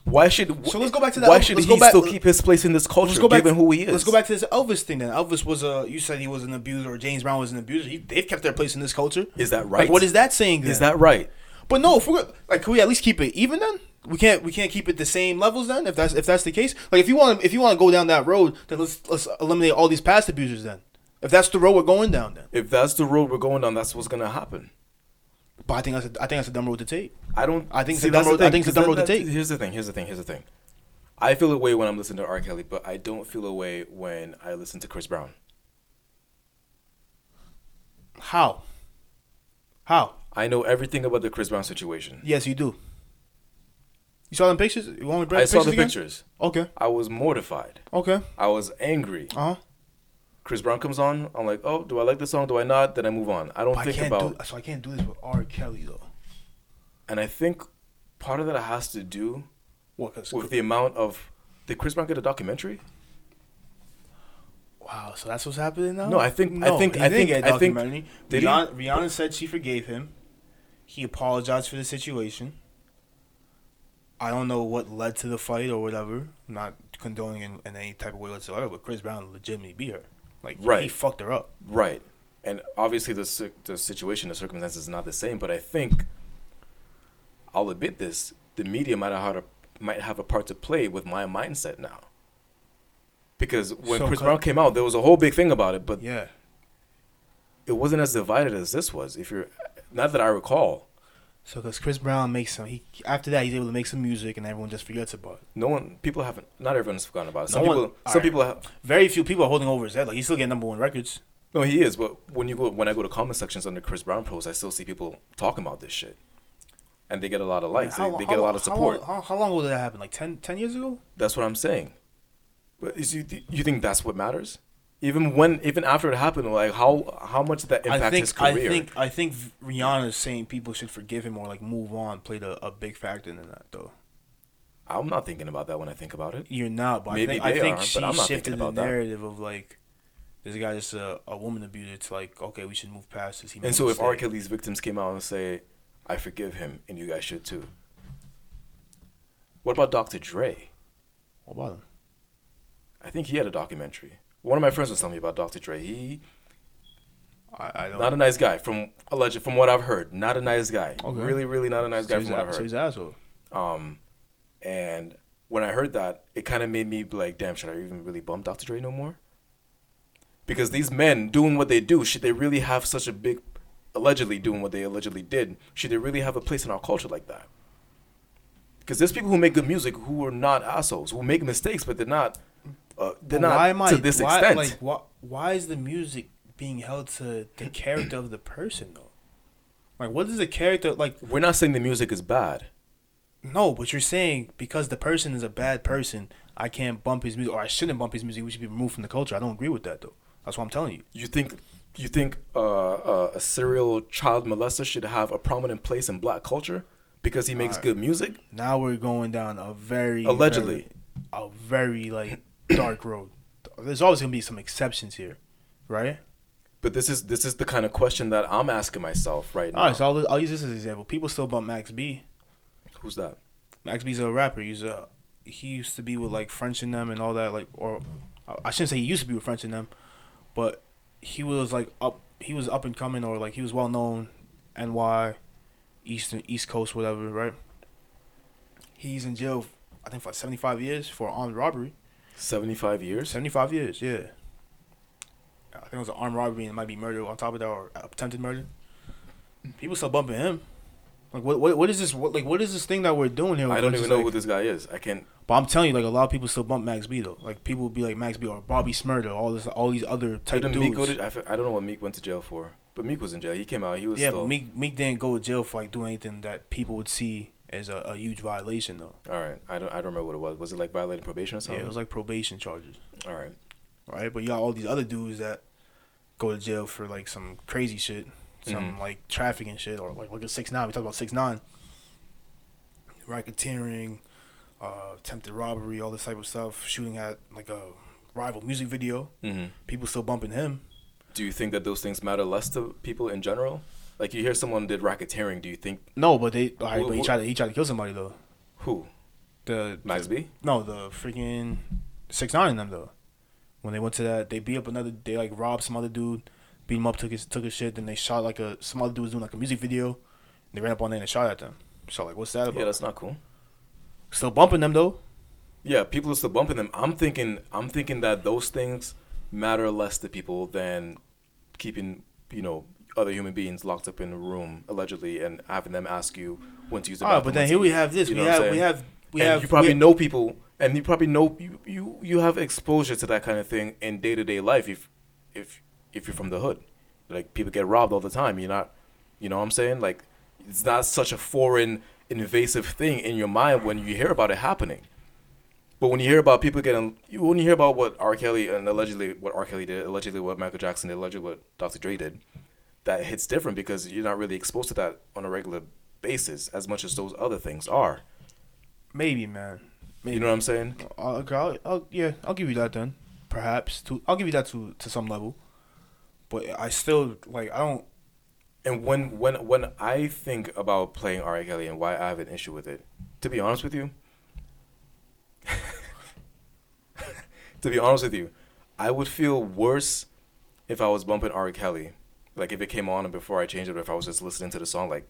Speaker 1: Why should
Speaker 2: So let's go back to that-
Speaker 1: Why should
Speaker 2: let's
Speaker 1: he
Speaker 2: go back-
Speaker 1: still keep his place in this culture,
Speaker 2: Let's go back
Speaker 1: given
Speaker 2: to,
Speaker 1: who he is?
Speaker 2: Let's go back to this Elvis thing. Then Elvis was a. You said he was an abuser, or James Brown was an abuser. He, they've kept their place in this culture.
Speaker 1: Is that right?
Speaker 2: Like, what is that saying? Then?
Speaker 1: Is that right?
Speaker 2: But no, if we're like, can we at least keep it even then? We can't we can't keep it the same levels then. If that's if that's the case, like if you want if you want to go down that road, then let's let's eliminate all these past abusers then. If that's the road we're going down then.
Speaker 1: If that's the road we're going down, that's what's gonna happen.
Speaker 2: But I think that's a, I think that's a dumb road to take.
Speaker 1: I don't.
Speaker 2: I think it's
Speaker 1: See,
Speaker 2: a dumb
Speaker 1: that's the
Speaker 2: road- I
Speaker 1: thing,
Speaker 2: think it's a
Speaker 1: 'cause
Speaker 2: dumb
Speaker 1: that-
Speaker 2: road to
Speaker 1: that-
Speaker 2: take.
Speaker 1: Here's the thing. Here's the thing. Here's the thing. I feel a way when I'm listening to R. Kelly, but I don't feel a way when I listen to Chris Brown.
Speaker 2: How? How?
Speaker 1: I know everything about the Chris Brown situation.
Speaker 2: Yes, you do. You saw them pictures. You want me to bring
Speaker 1: I
Speaker 2: up
Speaker 1: saw the
Speaker 2: again?
Speaker 1: pictures.
Speaker 2: Okay.
Speaker 1: I was mortified.
Speaker 2: Okay.
Speaker 1: I was angry.
Speaker 2: Uh huh.
Speaker 1: Chris Brown comes on. I'm like, oh, do I like this song? Do I not? Then I move on. I don't
Speaker 2: I
Speaker 1: think
Speaker 2: can't
Speaker 1: about.
Speaker 2: do so. I can't do this with R. Kelly though.
Speaker 1: And I think part of that has to do
Speaker 2: What? 'cause-
Speaker 1: with the amount of. Did Chris Brown get a documentary?
Speaker 2: Wow, so that's what's happening now.
Speaker 1: No, I think- I think-
Speaker 2: he
Speaker 1: I
Speaker 2: didn't
Speaker 1: think-
Speaker 2: get a
Speaker 1: I think-
Speaker 2: documentary.
Speaker 1: did he?
Speaker 2: Rihanna, Rihanna said she forgave him. He apologized for the situation. I don't know what led to the fight or whatever. I'm not condoning in, in any type of way whatsoever, but Chris Brown legitimately beat her. Like he
Speaker 1: Right.
Speaker 2: fucked her up.
Speaker 1: Right. And obviously, the cir- the situation, the circumstances is not the same. But I think I'll admit this: the media might have had a, might have a part to play with my mindset now. Because when
Speaker 2: So
Speaker 1: Chris
Speaker 2: cut-
Speaker 1: Brown came out, there was a whole big thing about it. But
Speaker 2: Yeah.
Speaker 1: it wasn't as divided as this was. If you're Not that I recall.
Speaker 2: So, because Chris Brown makes some, he after that he's able to make some music, and everyone just forgets about it.
Speaker 1: No one, people haven't. Not everyone's forgotten about it. Some
Speaker 2: No one-
Speaker 1: people,
Speaker 2: all
Speaker 1: some
Speaker 2: right.
Speaker 1: people have.
Speaker 2: Very few people are holding over his head. Like he's still getting number one records.
Speaker 1: No, he is. But when you go, when I go to comment sections under Chris Brown pros, I still see people talking about this shit, and they get a lot of likes.
Speaker 2: How-
Speaker 1: they they
Speaker 2: how
Speaker 1: get a
Speaker 2: long-
Speaker 1: lot of support.
Speaker 2: How long, how, how long ago did that happen? Like 10, 10 years ago?
Speaker 1: That's what I'm saying. But is you you think that's what matters? Even when even after it happened, like how how much did that impact
Speaker 2: I think
Speaker 1: his career?
Speaker 2: I think I think Rihanna's saying people should forgive him or like move on played a, a big factor in that though.
Speaker 1: I'm not thinking about that when I think about it.
Speaker 2: You're not, but
Speaker 1: Maybe
Speaker 2: I
Speaker 1: they
Speaker 2: think, I think
Speaker 1: are,
Speaker 2: she
Speaker 1: but I'm not thinking
Speaker 2: shifted the
Speaker 1: about that.
Speaker 2: narrative of like this guy's just a, a woman abuser to like okay we should move past this. He made
Speaker 1: And
Speaker 2: a
Speaker 1: so if R.
Speaker 2: mistake.
Speaker 1: Kelly's victims came out and say, "I forgive him," and you guys should too. What about Dr. Dre?
Speaker 2: what about him?
Speaker 1: I think he had a documentary. One of my friends was telling me about Dr. Dre. He
Speaker 2: I, I don't.
Speaker 1: not a nice guy from alleged from what I've heard. Not a nice guy.
Speaker 2: Okay.
Speaker 1: Really, really not a nice
Speaker 2: so
Speaker 1: guy
Speaker 2: he's
Speaker 1: from what
Speaker 2: a-
Speaker 1: I've heard.
Speaker 2: so he's an asshole.
Speaker 1: Um, and when I heard that, it kind of made me be like, damn, should I even really bump Dr. Dre no more? Because these men doing what they do, should they really have such a big, allegedly doing what they allegedly did, should they really have a place in our culture like that? Because there's people who make good music who are not assholes, who make mistakes, but they're not, uh, they're
Speaker 2: But
Speaker 1: not to this
Speaker 2: why,
Speaker 1: extent.
Speaker 2: Like why, why is the music being held to the character of the person though? Like what is the character like?
Speaker 1: We're not saying the music is bad.
Speaker 2: No, but you're saying because the person is a bad person, I can't bump his music or I shouldn't bump his music. We should be removed from the culture. I don't agree with that though. That's what I'm telling you.
Speaker 1: You think, you think uh, uh, a serial child molester should have a prominent place in black culture because he makes
Speaker 2: Alright.
Speaker 1: good music?
Speaker 2: Now we're going down a very
Speaker 1: Allegedly.
Speaker 2: very- a very like dark road. There's always gonna be some exceptions here, right?
Speaker 1: But this is this is the kind of question that I'm asking myself right now.
Speaker 2: All right, Ah, so I'll, I'll use this as an example. People still bump Max B.
Speaker 1: Who's that?
Speaker 2: Max B's a rapper. He's a he used to be with like French and them and all that. Like, or I I shouldn't say he used to be with French and them, but he was like up. He was up and coming, or like he was well known, NY, Eastern East Coast, whatever. Right. He's in jail. I think for like seventy five years for armed robbery.
Speaker 1: 75 years?
Speaker 2: Seventy five years. Yeah. I think it was an armed robbery and it might be murder on top of that or attempted murder. People still bumping him. Like what? What, what is this? What like what is this thing that we're doing here?
Speaker 1: I don't even
Speaker 2: It's just
Speaker 1: know
Speaker 2: like-
Speaker 1: who this guy is. I can't.
Speaker 2: but I'm telling you, like a lot of people still bump Max B though. Like people will be like Max B or Bobby Smurda, all this, all these other type
Speaker 1: Didn't
Speaker 2: dudes.
Speaker 1: Meek go to, I, fe- I don't know what Meek went to jail for, but Meek was in jail. He came out. He was
Speaker 2: yeah,
Speaker 1: still.
Speaker 2: but Meek Meek didn't go to jail for like doing anything that people would see as a, a huge violation though.
Speaker 1: All right. I don't. I don't remember what it was. Was it like violating probation or something?
Speaker 2: Yeah, it was like probation charges,
Speaker 1: All right.
Speaker 2: right? But you got all these other dudes that go to jail for like some crazy shit, some
Speaker 1: Mm-hmm.
Speaker 2: like trafficking shit, or like look at six nine. We talked about six nine, racketeering, uh, attempted robbery, all this type of stuff, shooting at like a rival music video.
Speaker 1: hmm
Speaker 2: People still bumping him.
Speaker 1: Do you think that those things matter less to people in general? Like you hear someone did racketeering. Do you think
Speaker 2: No, but they. all right,
Speaker 1: Wh-
Speaker 2: but he
Speaker 1: wh-
Speaker 2: tried to he tried to kill somebody though.
Speaker 1: who
Speaker 2: The
Speaker 1: Max B?
Speaker 2: no, the freaking six nine in them though. When they went to that, they beat up another. They like robbed some other dude, beat him up, took his took his shit. Then they shot like a some other dude was doing like a music video. And they ran up on there and shot at them. So like, what's that about?
Speaker 1: Yeah, that's not cool.
Speaker 2: Still bumping them though.
Speaker 1: Yeah, people are still bumping them. I'm thinking. I'm thinking that those things matter less to people than keeping you know other human beings locked up in a room allegedly and having them ask you when to use the
Speaker 2: All right,
Speaker 1: bathroom,
Speaker 2: but
Speaker 1: when
Speaker 2: then
Speaker 1: to
Speaker 2: here we
Speaker 1: eat.
Speaker 2: have this.
Speaker 1: You
Speaker 2: We
Speaker 1: know what I'm
Speaker 2: have, we
Speaker 1: saying?
Speaker 2: have we
Speaker 1: and
Speaker 2: have
Speaker 1: you probably
Speaker 2: we-
Speaker 1: know people, and you probably know you you you have exposure to that kind of thing in day to day life if if if you're from the hood, like people get robbed all the time. You're not, you know what I'm saying? Like it's not such a foreign invasive thing in your mind when you hear about it happening. But when you hear about people getting, you when you hear about what R. Kelly and allegedly what R. Kelly did, allegedly what Michael Jackson did, allegedly what Dr. Dre did, that hits different because you're not really exposed to that on a regular basis as much as those other things are.
Speaker 2: maybe man. Maybe.
Speaker 1: You know what I'm saying?
Speaker 2: I'll, okay, I'll, I'll, yeah, I'll give you that then. Perhaps to I'll give you that to to some level, but I still like I don't
Speaker 1: And when when when I think about playing R. Kelly and why I have an issue with it, to be honest with you, to be honest with you, I would feel worse if I was bumping R. Kelly, like if it came on and before I changed it, or if I was just listening to the song, like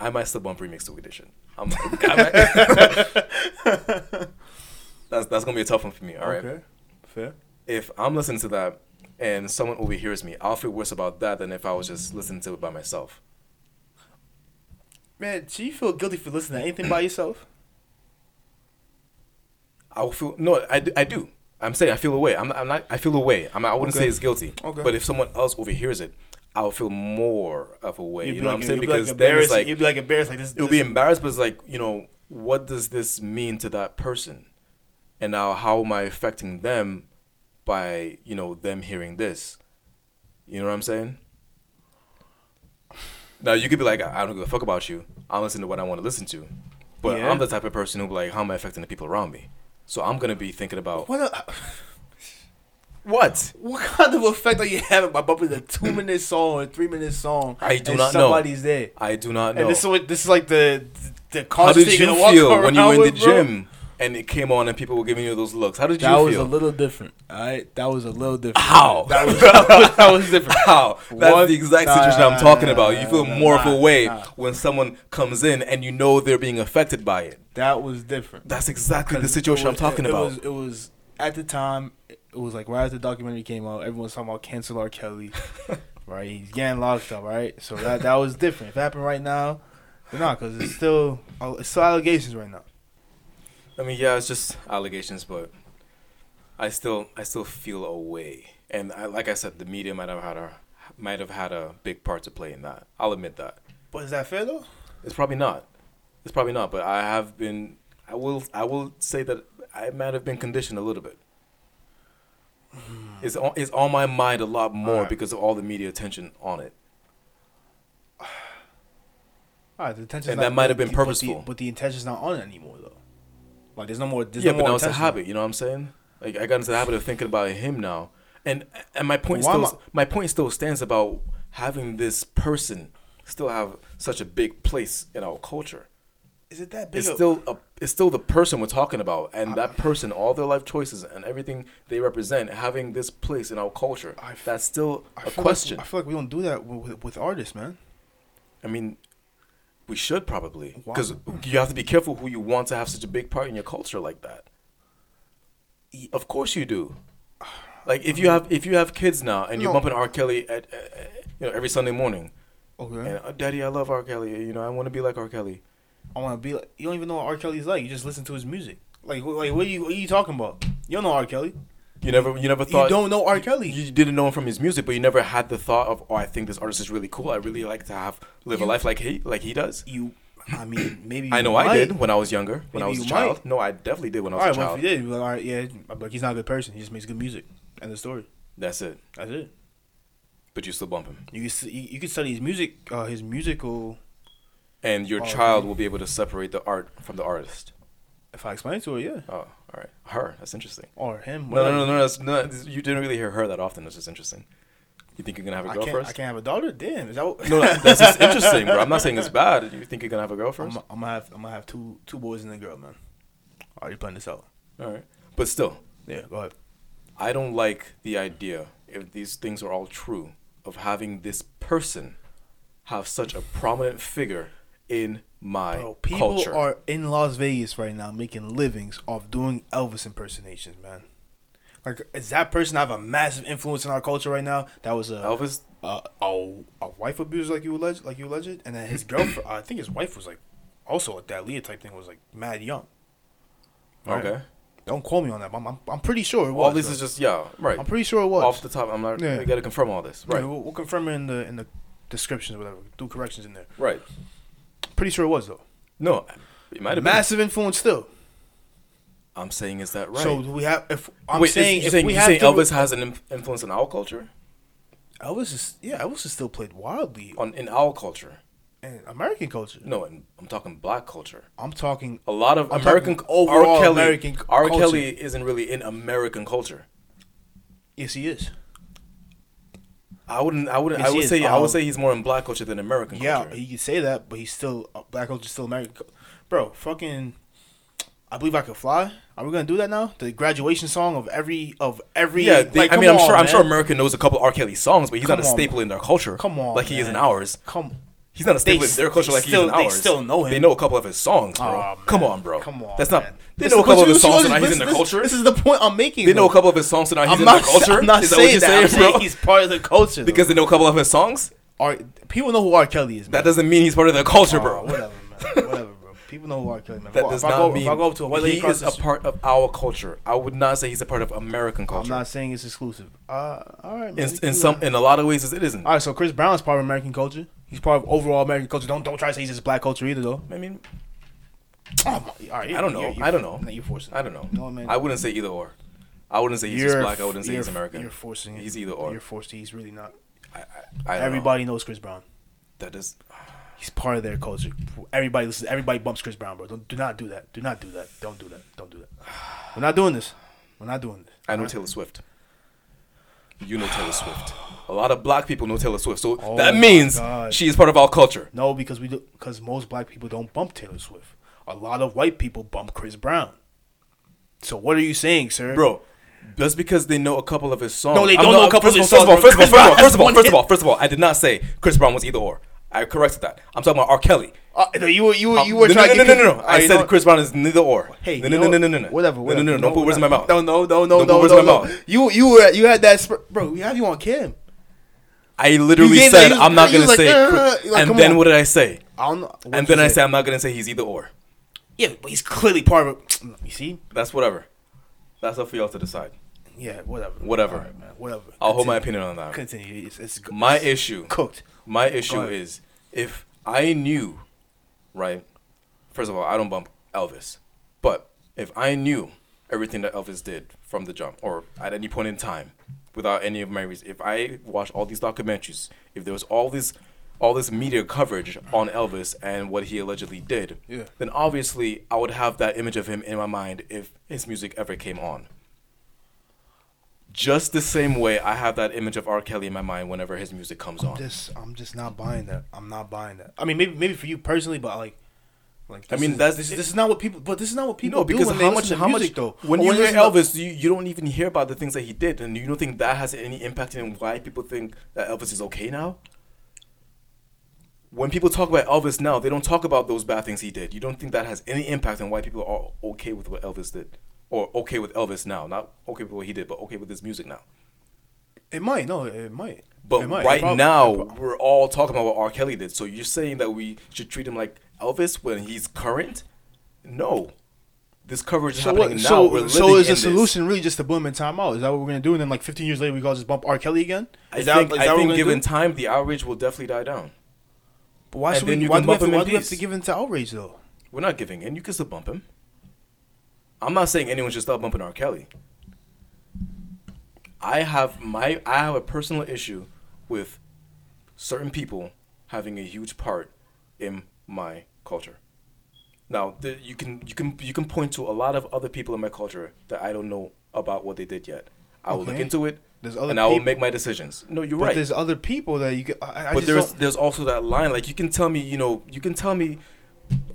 Speaker 1: I might still bump Remix to Edition. I'm, I might- that's that's gonna be a tough one for me. All right,
Speaker 2: fair.
Speaker 1: if I'm listening to that and someone overhears me, I'll feel worse about that than if I was just listening to it by myself.
Speaker 2: Man, so you feel guilty for listening to anything by yourself?
Speaker 1: I will feel no, I do, I do. I'm saying I feel away. I'm not, I'm not I feel away. I'm not, I wouldn't
Speaker 2: Okay.
Speaker 1: say it's guilty.
Speaker 2: Okay.
Speaker 1: But if someone else overhears it, I'll feel more of a way.
Speaker 2: You'd
Speaker 1: You
Speaker 2: be
Speaker 1: know what I'm
Speaker 2: like-
Speaker 1: saying?
Speaker 2: you'd be like
Speaker 1: Because there is
Speaker 2: embarrassed-
Speaker 1: like
Speaker 2: you'd be like embarrassed like this.
Speaker 1: it would
Speaker 2: this-
Speaker 1: be embarrassed, but it's like, you know, what does this mean to that person? And now how am I affecting them by, you know, them hearing this? You know what I'm saying? Now you could be like, I I don't give a fuck about you. I'll listen to what I want to listen to. But
Speaker 2: Yeah.
Speaker 1: I'm the type of person who be like, how am I affecting the people around me? So I'm gonna be thinking about
Speaker 2: what a,
Speaker 1: what?
Speaker 2: what kind of effect are you having by bumping a two minute song or a three minute song?
Speaker 1: I do
Speaker 2: and
Speaker 1: not know.
Speaker 2: somebody's there.
Speaker 1: I do not know.
Speaker 2: And this is what this is like the the
Speaker 1: how
Speaker 2: concert
Speaker 1: did
Speaker 2: you're
Speaker 1: you
Speaker 2: gonna walk
Speaker 1: feel when you
Speaker 2: around
Speaker 1: were in the
Speaker 2: with, bro.
Speaker 1: gym and it came on and people were giving you those looks? How did
Speaker 3: That
Speaker 1: you
Speaker 3: was
Speaker 1: feel?
Speaker 3: a little different. All right, that was a little different.
Speaker 1: How?
Speaker 3: That was, that was, that was different.
Speaker 1: How? That's
Speaker 3: What?
Speaker 1: the exact
Speaker 3: Nah,
Speaker 1: situation
Speaker 3: nah,
Speaker 1: I'm talking
Speaker 3: nah,
Speaker 1: about. You
Speaker 3: nah,
Speaker 1: feel
Speaker 3: nah,
Speaker 1: more of
Speaker 3: nah,
Speaker 1: a way
Speaker 3: nah.
Speaker 1: when someone comes in and you know they're being affected by it.
Speaker 3: That was different.
Speaker 1: That's exactly the
Speaker 3: 'Cause
Speaker 1: situation
Speaker 3: it
Speaker 1: I'm
Speaker 3: was-
Speaker 1: talking
Speaker 3: it, It
Speaker 1: about.
Speaker 3: was, it was at the time. It was like right after the documentary came out. Everyone was talking about cancel R. Kelly, right? He's getting locked up, right? So that that was different. If it happened right now, no, because it's still oh, it's still allegations right now.
Speaker 1: I mean, yeah, it's just allegations, but I still I still feel a way. And I, like I said, the media might have had a might have had a big part to play in that. I'll admit that.
Speaker 2: But is that fair though?
Speaker 1: It's probably not. It's probably not. But I have been. I will. I will say that I might have been conditioned a little bit. It's on. It's on my mind a lot more
Speaker 2: Alright.
Speaker 1: because of all the media attention on it.
Speaker 2: All right, the intention.
Speaker 1: And that might have been
Speaker 2: but
Speaker 1: purposeful.
Speaker 2: the, but the intention's not on it anymore though. Like there's no more. There's
Speaker 1: yeah,
Speaker 2: no
Speaker 1: but
Speaker 2: more
Speaker 1: now it's a
Speaker 2: intention.
Speaker 1: habit. You know what I'm saying? Like I got into the habit of thinking about him now, and and my point
Speaker 2: Why am
Speaker 1: still my point still stands about having this person still have such a big place in our culture.
Speaker 2: Is it that big?
Speaker 1: it's
Speaker 2: of-
Speaker 1: still a, it's still the person we're talking about, and that person, all their life choices and everything they represent, having this place in our culture.
Speaker 2: I f-
Speaker 1: that's still
Speaker 2: I
Speaker 1: a
Speaker 2: feel like-
Speaker 1: question.
Speaker 2: I feel like we don't do that with, with, with artists, man.
Speaker 1: I mean, we should probably
Speaker 2: Why?
Speaker 1: because you have to be careful who you want to have such a big part in your culture like that. Of course you do. Like if you have if you have kids now and you're
Speaker 2: No.
Speaker 1: bumping R. Kelly at uh, uh, you know every Sunday morning,
Speaker 2: Okay.
Speaker 1: and oh, Daddy, I love R. Kelly. You know I want to be like R. Kelly.
Speaker 2: I want to be like. You don't even know what R. Kelly's like. You just listen to his music. Like, wh- like what are you what are you talking about? You don't know R. Kelly.
Speaker 1: You never you never thought
Speaker 2: you don't know R. Kelly.
Speaker 1: you didn't know him from his music, but you never had the thought of, oh, I think this artist is really cool. I really like to have live a
Speaker 2: You-
Speaker 1: life like he like he does.
Speaker 2: you I mean, maybe
Speaker 1: I
Speaker 2: you
Speaker 1: know I
Speaker 2: might.
Speaker 1: did when I was younger, when I was
Speaker 2: Maybe
Speaker 1: a
Speaker 2: you
Speaker 1: child.
Speaker 2: might.
Speaker 1: No, I definitely did when I
Speaker 2: All
Speaker 1: was
Speaker 2: right,
Speaker 1: a
Speaker 2: well, if
Speaker 1: child.
Speaker 2: you did, you'd be like, all right, yeah, I'm like he's not a good person. He just makes good music. End the story.
Speaker 1: That's it.
Speaker 2: That's it.
Speaker 1: But you still bump him,
Speaker 2: You could s- you, you could study his music, uh, his musical.
Speaker 1: and your
Speaker 2: Oh,
Speaker 1: child
Speaker 2: okay.
Speaker 1: will be able to separate the art from the artist.
Speaker 2: If I explain it to her, yeah,
Speaker 1: Oh, all right, her. That's interesting.
Speaker 2: or him.
Speaker 1: No, no,
Speaker 2: whatever.
Speaker 1: no, no. That's not, you didn't really hear her that often. That's just interesting. You think you're gonna have a
Speaker 2: I
Speaker 1: girl
Speaker 2: can't. I
Speaker 1: first?
Speaker 2: can't have a daughter. Damn, is that? What,
Speaker 1: No, no, that's just interesting, bro. I'm not saying it's bad. You think you're gonna have a girl
Speaker 2: I'm,
Speaker 1: first?
Speaker 2: I'm gonna have. I'm gonna have two two boys and a girl, man. Already playing this out.
Speaker 1: All right, but still,
Speaker 2: Yeah, go ahead.
Speaker 1: I don't like the idea, if these things are all true, of having this person have such a prominent figure in my
Speaker 2: Bro, people
Speaker 1: culture.
Speaker 2: are in Las Vegas right now making livings off doing Elvis impersonations, man. Like, is that person have a massive influence in our culture right now? That was a
Speaker 1: Elvis,
Speaker 2: uh, a, a wife abuser like you alleged like you alleged and then his girlfriend I think his wife was like also a Dahlia type thing was like mad young. Right.
Speaker 1: okay.
Speaker 2: Don't quote me on that. but I'm I'm, I'm pretty sure it was.
Speaker 1: All this is just yeah, right.
Speaker 2: I'm pretty sure it was.
Speaker 1: Off the top, I'm not.
Speaker 2: Yeah.
Speaker 1: We got to confirm all this,
Speaker 2: right.
Speaker 1: right?
Speaker 2: we'll, we'll confirm it in the in the descriptions or whatever. Do corrections in there.
Speaker 1: Right.
Speaker 2: Pretty sure it was though.
Speaker 1: No, it might have been.
Speaker 2: Massive influence still.
Speaker 1: I'm saying is that right?
Speaker 2: So do we have if I'm
Speaker 1: Wait, is-
Speaker 2: saying
Speaker 1: you're
Speaker 2: if
Speaker 1: saying,
Speaker 2: we
Speaker 1: you're
Speaker 2: have
Speaker 1: saying
Speaker 2: to,
Speaker 1: Elvis has an inf- influence on our culture,
Speaker 2: Elvis is yeah, Elvis is still played wildly
Speaker 1: on in our culture.
Speaker 2: in American culture.
Speaker 1: No, in, I'm talking black culture.
Speaker 2: I'm talking
Speaker 1: A lot of
Speaker 2: I'm
Speaker 1: American
Speaker 2: talking
Speaker 1: overall
Speaker 2: overall
Speaker 1: R. Kelly,
Speaker 2: American c-
Speaker 1: R.
Speaker 2: culture.
Speaker 1: Kelly isn't really in American culture.
Speaker 2: yes he is.
Speaker 1: I wouldn't. I wouldn't.
Speaker 2: Yes,
Speaker 1: I
Speaker 2: he
Speaker 1: would
Speaker 2: is.
Speaker 1: say. I
Speaker 2: Um,
Speaker 1: would say he's more in black culture than American
Speaker 2: Yeah,
Speaker 1: culture.
Speaker 2: he could say that, but he's still uh, black culture still American. cul- Bro, fucking I believe I could fly. Are we gonna do that now? The graduation song of every of every
Speaker 1: yeah, they,
Speaker 2: like,
Speaker 1: I
Speaker 2: come
Speaker 1: mean, I'm
Speaker 2: on,
Speaker 1: sure. I'm sure
Speaker 2: man.
Speaker 1: America knows a couple R. Kelly songs, but he's
Speaker 2: Come
Speaker 1: not a
Speaker 2: on,
Speaker 1: staple in their culture.
Speaker 2: Come on,
Speaker 1: like he is in
Speaker 2: man.
Speaker 1: ours.
Speaker 2: Come
Speaker 1: He's not a staple
Speaker 4: They
Speaker 1: in their culture
Speaker 4: s-
Speaker 1: like
Speaker 4: still-
Speaker 1: he's in
Speaker 4: they
Speaker 1: ours.
Speaker 4: still know
Speaker 1: They
Speaker 4: him.
Speaker 1: know a couple of his songs, bro.
Speaker 4: Aw, man.
Speaker 1: Come on, bro.
Speaker 4: Come on,
Speaker 1: That's not.
Speaker 4: man.
Speaker 1: They
Speaker 2: This
Speaker 1: know a
Speaker 2: is
Speaker 1: couple of his
Speaker 2: this-
Speaker 1: songs,
Speaker 2: this-
Speaker 1: and now he's in
Speaker 2: this-
Speaker 1: the culture.
Speaker 2: This is the point I'm making.
Speaker 1: They know
Speaker 2: though.
Speaker 1: a couple of his songs, and now he's
Speaker 2: I'm
Speaker 1: in
Speaker 2: not,
Speaker 1: the culture.
Speaker 2: I'm not
Speaker 1: Is that what
Speaker 2: saying
Speaker 1: you're
Speaker 2: that. I'm
Speaker 1: saying,
Speaker 2: saying
Speaker 1: bro?
Speaker 2: he's part of the culture.
Speaker 1: Because they know a couple of his songs,
Speaker 2: though. R, people know who R. Kelly is. Man.
Speaker 1: that doesn't mean he's part of the culture,
Speaker 2: Aw,
Speaker 1: bro.
Speaker 2: whatever, man. Whatever, bro. People know who R. Kelly, man.
Speaker 1: That
Speaker 2: If I-
Speaker 1: does
Speaker 2: if I
Speaker 1: not
Speaker 2: go,
Speaker 1: mean
Speaker 2: if I go up to a white lady
Speaker 1: he
Speaker 2: across
Speaker 1: is
Speaker 2: the
Speaker 1: a
Speaker 2: street-
Speaker 1: part of our culture. I would not say he's a part of American
Speaker 2: I'm
Speaker 1: culture.
Speaker 2: not saying it's exclusive. Uh, all right, man.
Speaker 1: in, in some, in a lot of ways, it isn't.
Speaker 2: All right, so Chris Brown's part of American culture. He's part of overall American culture. Don't don't try to say he's just black culture either, though.
Speaker 1: I mean,
Speaker 2: Oh my, all right,
Speaker 1: I don't know. I don't know.
Speaker 2: No, you're forcing.
Speaker 1: I don't know.
Speaker 2: No, man.
Speaker 1: I wouldn't say either or. I wouldn't say he's just black. I wouldn't say
Speaker 2: you're-
Speaker 1: he's American.
Speaker 2: You're forcing. it.
Speaker 1: He's either or.
Speaker 2: You're forcing. He's really not.
Speaker 1: I don't
Speaker 2: Everybody knows Chris Brown.
Speaker 1: Know. That is.
Speaker 2: He's part of their culture. Everybody listens. Everybody bumps Chris Brown, bro. Don't do not do that. Do not do that. Don't do that. Don't do that. We're not doing this. We're not doing this.
Speaker 1: I know Taylor Swift. You know Taylor Swift. A lot of black people know Taylor Swift, so
Speaker 2: Oh
Speaker 1: that
Speaker 2: my
Speaker 1: means
Speaker 2: God.
Speaker 1: she is part of our culture.
Speaker 2: No, because we do. Because most black people don't bump Taylor Swift. A lot of white people bump Chris Brown. So what are you saying, sir?
Speaker 1: bro. Just because they know a couple of his songs.
Speaker 2: No, they
Speaker 1: I'm
Speaker 2: don't
Speaker 1: not-
Speaker 2: know a couple of his
Speaker 1: first all-
Speaker 2: songs,
Speaker 1: First of all,
Speaker 2: bro.
Speaker 1: first of all, first of all,
Speaker 2: Chris Brown
Speaker 1: first of all, first of all, first
Speaker 2: has
Speaker 1: of all, I did not say Chris Brown was either or. I corrected that. I'm talking about R. Kelly.
Speaker 2: Uh, no, you were you were you
Speaker 1: No,
Speaker 2: were
Speaker 1: no,
Speaker 2: trying
Speaker 1: no, no,
Speaker 2: to get Ah,
Speaker 1: no, no, no. I
Speaker 2: you
Speaker 1: said
Speaker 2: know-
Speaker 1: Chris Brown is neither or.
Speaker 2: Hey,
Speaker 1: no,
Speaker 2: you
Speaker 1: no,
Speaker 2: know
Speaker 1: no, no, no,
Speaker 2: what?
Speaker 1: no, no.
Speaker 2: Whatever,
Speaker 1: No,
Speaker 2: whatever.
Speaker 1: No, no, no. Don't put words in my mouth.
Speaker 2: No, no, no, no,
Speaker 1: Don't
Speaker 2: no,
Speaker 1: put words
Speaker 2: no,
Speaker 1: in my
Speaker 2: no.
Speaker 1: mouth.
Speaker 2: You, you were, you had that, sp- bro. We have you on cam.
Speaker 1: I literally
Speaker 2: You gave
Speaker 1: said
Speaker 2: that- you-
Speaker 1: I'm not
Speaker 2: you
Speaker 1: gonna
Speaker 2: was like,
Speaker 1: say.
Speaker 2: uh,
Speaker 1: Chris-
Speaker 2: uh, like,
Speaker 1: and
Speaker 2: come
Speaker 1: then
Speaker 2: on.
Speaker 1: what did I say?
Speaker 2: I don't know. What'd
Speaker 1: And then
Speaker 2: you
Speaker 1: I
Speaker 2: say?
Speaker 1: said I'm not gonna say he's either or.
Speaker 2: yeah, but he's clearly part of. You see,
Speaker 1: That's whatever. That's up for y'all to decide.
Speaker 2: yeah, whatever,
Speaker 1: Whatever.
Speaker 2: All right, man, whatever.
Speaker 1: I'll hold my
Speaker 2: Continue.
Speaker 1: opinion on that.
Speaker 2: Continue. It's, it's go-
Speaker 1: My
Speaker 2: it's
Speaker 1: issue.
Speaker 2: cooked.
Speaker 1: My issue
Speaker 2: ahead.
Speaker 1: is if I knew, right? First of all, I don't bump Elvis, but if I knew everything that Elvis did from the jump or at any point in time, without any of my reasons, if I watched all these documentaries, if there was all this, all this media coverage on Elvis and what he allegedly did,
Speaker 2: Yeah.
Speaker 1: then obviously I would have that image of him in my mind if his music ever came on. Just the same way I have that image of R. Kelly in my mind whenever his music comes on.
Speaker 2: Just, I'm just not buying that. I'm not buying that. I mean, maybe, maybe for you personally, but like,
Speaker 1: I
Speaker 2: like this
Speaker 1: mean,
Speaker 2: is-
Speaker 1: that's-
Speaker 2: this, is- this is not what people. But this is not what people
Speaker 1: No, because
Speaker 2: do when
Speaker 1: how
Speaker 2: they
Speaker 1: much?
Speaker 2: listen to
Speaker 1: How
Speaker 2: music,
Speaker 1: much?
Speaker 2: though.
Speaker 1: When
Speaker 2: Or
Speaker 1: you hear
Speaker 2: listen to-
Speaker 1: Elvis, you, you don't even hear about the things that he did, and you don't think that has any impact in why people think that Elvis is okay now. When people talk about Elvis now, they don't talk about those bad things he did. You don't think that has any impact on why people are okay with what Elvis did, or okay with Elvis now, not okay with what he did, but okay with his music now.
Speaker 2: it might no, it might.
Speaker 1: But
Speaker 2: It might.
Speaker 1: right
Speaker 2: It prob-
Speaker 1: now,
Speaker 2: it prob-
Speaker 1: we're all talking about what R. Kelly did. So you're saying that we should treat him like Elvis when he's current? No. This coverage is
Speaker 2: So
Speaker 1: happening
Speaker 2: what?
Speaker 1: now.
Speaker 2: So,
Speaker 1: we're
Speaker 2: so
Speaker 1: living
Speaker 2: is the
Speaker 1: in this.
Speaker 2: solution really just to boom and time out? Is that what we're gonna do? And then like 15 years later, we all just bump R. Kelly again?
Speaker 1: I
Speaker 2: Is
Speaker 1: think,
Speaker 2: that, is
Speaker 1: I
Speaker 2: that what
Speaker 1: think
Speaker 2: we're
Speaker 1: given
Speaker 2: gonna do?
Speaker 1: time, the outrage will definitely die down.
Speaker 2: But why
Speaker 1: and
Speaker 2: should
Speaker 1: then
Speaker 2: we?
Speaker 1: you
Speaker 2: Why
Speaker 1: can
Speaker 2: do we
Speaker 1: bump
Speaker 2: have to-
Speaker 1: him in
Speaker 2: why do we have
Speaker 1: peace.
Speaker 2: to give in to outrage though?
Speaker 1: We're not giving in. You can still bump him. I'm not saying anyone should stop bumping R. Kelly. I have my I have a personal issue with certain people having a huge part in my culture. Now the, you can you can you can point to a lot of other people in my culture that I don't know about what they did yet. I will look
Speaker 2: Okay.
Speaker 1: into it,
Speaker 2: There's other
Speaker 1: and I will
Speaker 2: people-
Speaker 1: make my decisions. No, you're
Speaker 2: But
Speaker 1: right.
Speaker 2: there's other people that you. Get, I, I
Speaker 1: but
Speaker 2: just
Speaker 1: there's
Speaker 2: don't-
Speaker 1: there's also that line. Like you can tell me, you know, you can tell me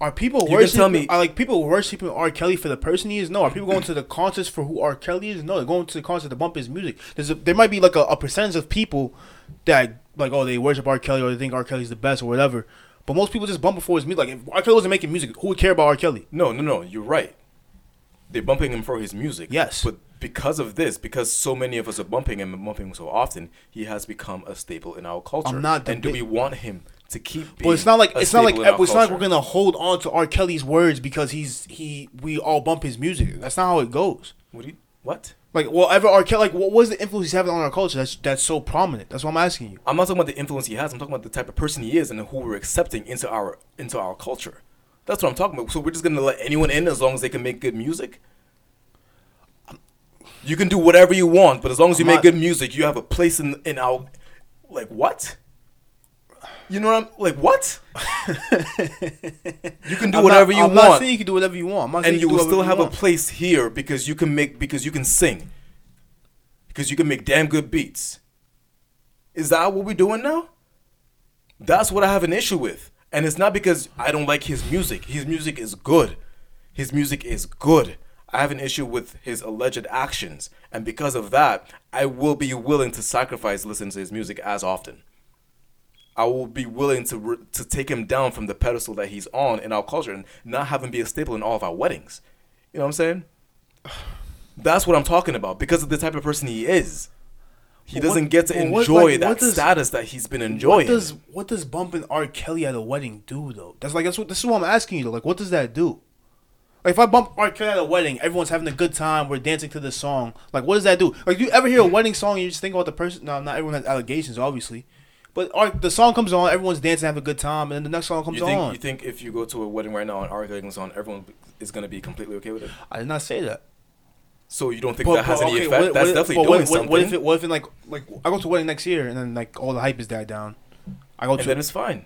Speaker 2: are people
Speaker 1: can
Speaker 2: worshiping?
Speaker 1: tell me-
Speaker 2: Are like people worshiping R. Kelly for the person he is? No. Are people going to the concerts for who R. Kelly is? No. They're going to the concert to bump his music. There's a, there might be like a, a percentage of people that like oh they worship R. Kelly or they think R. Kelly's the best or whatever. But most people just bump before his music. Like if R. Kelly wasn't making music, who would care about R. Kelly?
Speaker 1: No, no, no. You're right. They're bumping him for his music.
Speaker 2: Yes.
Speaker 1: But because of this, because so many of us are bumping him and bumping him so often, he has become a staple in our culture.
Speaker 2: I'm not
Speaker 1: and do
Speaker 2: deba-
Speaker 1: we want him to keep being
Speaker 2: But it's not like
Speaker 1: a
Speaker 2: it's not like
Speaker 1: staple in our
Speaker 2: it's not like we're
Speaker 1: culture?
Speaker 2: gonna hold on to R. Kelly's words because he's he we all bump his music. That's not how it goes.
Speaker 1: What do you what?
Speaker 2: Like well, ever R. Kelly, like what was the influence he's having on our culture? That's that's so prominent. That's what I'm asking you.
Speaker 1: I'm not talking about the influence he has. I'm talking about the type of person he is and who we're accepting into our into our culture. That's what I'm talking about. So we're just gonna let anyone in as long as they can make good music. You can do whatever you want, but as long as you
Speaker 2: I'm
Speaker 1: make
Speaker 2: not-
Speaker 1: good music, you have a place in in our like what? You know what I'm like what? you can do
Speaker 2: I'm
Speaker 1: whatever
Speaker 2: not-
Speaker 1: you
Speaker 2: I'm not
Speaker 1: want
Speaker 2: saying you can do whatever you want. I'm not saying
Speaker 1: and you
Speaker 2: can
Speaker 1: will
Speaker 2: do
Speaker 1: still
Speaker 2: whatever
Speaker 1: have
Speaker 2: you
Speaker 1: a
Speaker 2: want.
Speaker 1: place here because you can make because you can sing because you can make damn good beats is that what we're doing now that's what i have an issue with and it's not because i don't like his music his music is good his music is good i have an issue with his alleged actions and because of that i will be willing to sacrifice listening to his music as often I will be willing to re- to take him down from the pedestal that he's on in our culture and not have him be a staple in all of our weddings. You know what I'm saying? That's what I'm talking about because of the type of person he is. He
Speaker 2: Well, what-
Speaker 1: doesn't get to
Speaker 2: well,
Speaker 1: enjoy
Speaker 2: what- like,
Speaker 1: that
Speaker 2: what does-
Speaker 1: status that he's been enjoying.
Speaker 2: What does what does bumping R. Kelly at a wedding do though? That's like that's what this is what I'm asking you though. Like what does that do? Like if I bump R. Kelly at a wedding, everyone's having a good time, we're dancing to the song. Like what does that do? Like do you ever hear a wedding song and you just think about the person no, not everyone has allegations, obviously. But R, the song comes on, everyone's dancing, having a good time, and then the next song comes
Speaker 1: you think
Speaker 2: on.
Speaker 1: you think if you go to a wedding right now and R. Kelly comes on, everyone is going to be completely okay with it?
Speaker 2: I did not say that.
Speaker 1: So you don't think that has any effect?
Speaker 2: what-
Speaker 1: That's
Speaker 2: what-
Speaker 1: definitely
Speaker 2: but
Speaker 1: doing
Speaker 2: what,
Speaker 1: something.
Speaker 2: What, what if it? What if it like like I go to a wedding next year and then like all the hype is died down. I go
Speaker 1: and
Speaker 2: to
Speaker 1: then it's fine.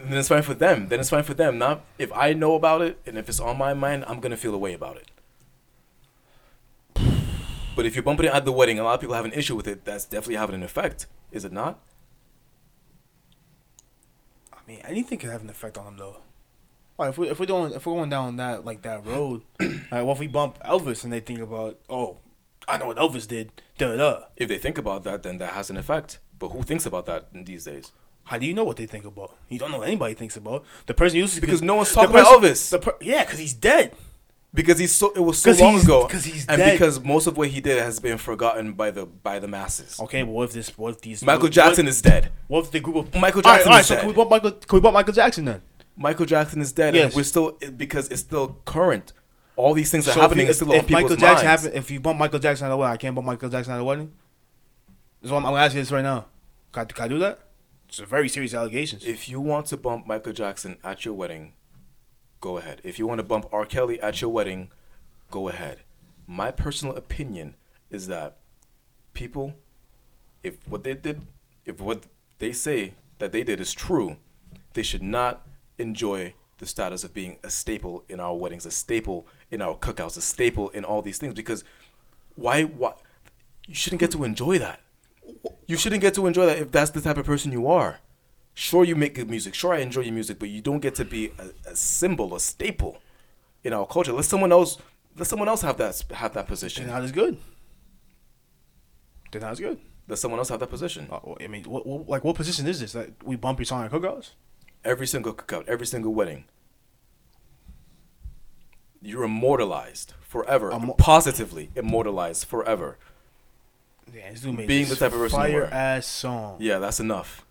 Speaker 1: And then it's fine for them. Then it's fine for them. Not if I know about it and if it's on my mind, I'm gonna feel a way about it. But if you're bumping it at the wedding, a lot of people have an issue with it. That's definitely having an effect, is it not?
Speaker 2: I mean, anything could have an effect on him though. Like if we if we're doing if we're going down that like that road, like what if we bump Elvis and they think about oh, I know what Elvis did. Da da.
Speaker 1: If they think about that, then that has an effect. But who thinks about that in these days?
Speaker 2: How do you know what they think about? You don't know what anybody thinks about. The person you used to
Speaker 1: Because
Speaker 2: the
Speaker 1: no one's talking
Speaker 2: person-
Speaker 1: about Elvis.
Speaker 2: The per- yeah, because he's dead.
Speaker 1: Because he's so it was so
Speaker 2: 'Cause
Speaker 1: long
Speaker 2: he's-
Speaker 1: ago,
Speaker 2: 'cause he's
Speaker 1: and
Speaker 2: dead.
Speaker 1: because most of what he did has been forgotten by the by the masses.
Speaker 2: Okay, but what if this? What if these?
Speaker 1: Michael
Speaker 2: what-
Speaker 1: Jackson is dead.
Speaker 2: What if the group of
Speaker 1: Michael
Speaker 2: All right,
Speaker 1: Jackson
Speaker 2: all right,
Speaker 1: is
Speaker 2: so
Speaker 1: dead.
Speaker 2: can we bump Michael? Can we bump Michael Jackson then?
Speaker 1: Michael Jackson is dead, and
Speaker 2: Yes.
Speaker 1: we're still it- because it's still current. All these things are
Speaker 2: So if
Speaker 1: happening.
Speaker 2: you-
Speaker 1: it's still on people's
Speaker 2: Michael Jackson
Speaker 1: minds.
Speaker 2: happen- if you bump Michael Jackson at a wedding, I can't bump Michael Jackson at a wedding. That's why I'm, I'm gonna ask you this right now. Can, I- can I do that? It's a very serious allegations.
Speaker 1: If you want to bump Michael Jackson at your wedding, go ahead. If you want to bump R. Kelly at your wedding, go ahead. My personal opinion is that people, if what they did, if what they say that they did is true, they should not enjoy the status of being a staple in our weddings, a staple in our cookouts, a staple in all these things. Because why? Why? You shouldn't get to enjoy that. You shouldn't get to enjoy that if that's the type of person you are. Sure, you make good music. Sure, I enjoy your music, but you don't get to be a, a symbol, a staple in our culture. Let someone else. Let someone else have that have that
Speaker 2: They're
Speaker 1: position.
Speaker 2: not as good. They're not as good.
Speaker 1: Let someone else have that position.
Speaker 2: Uh, I mean, what, what, like what position is this? That we bump your song at cookouts?
Speaker 1: Every single cookout, every single wedding. You're immortalized forever,
Speaker 2: Immo-
Speaker 1: positively immortalized forever.
Speaker 2: Yeah, this dude made
Speaker 1: Being
Speaker 2: this
Speaker 1: the type of person you
Speaker 2: fire
Speaker 1: are.
Speaker 2: ass song,
Speaker 1: Yeah, that's enough.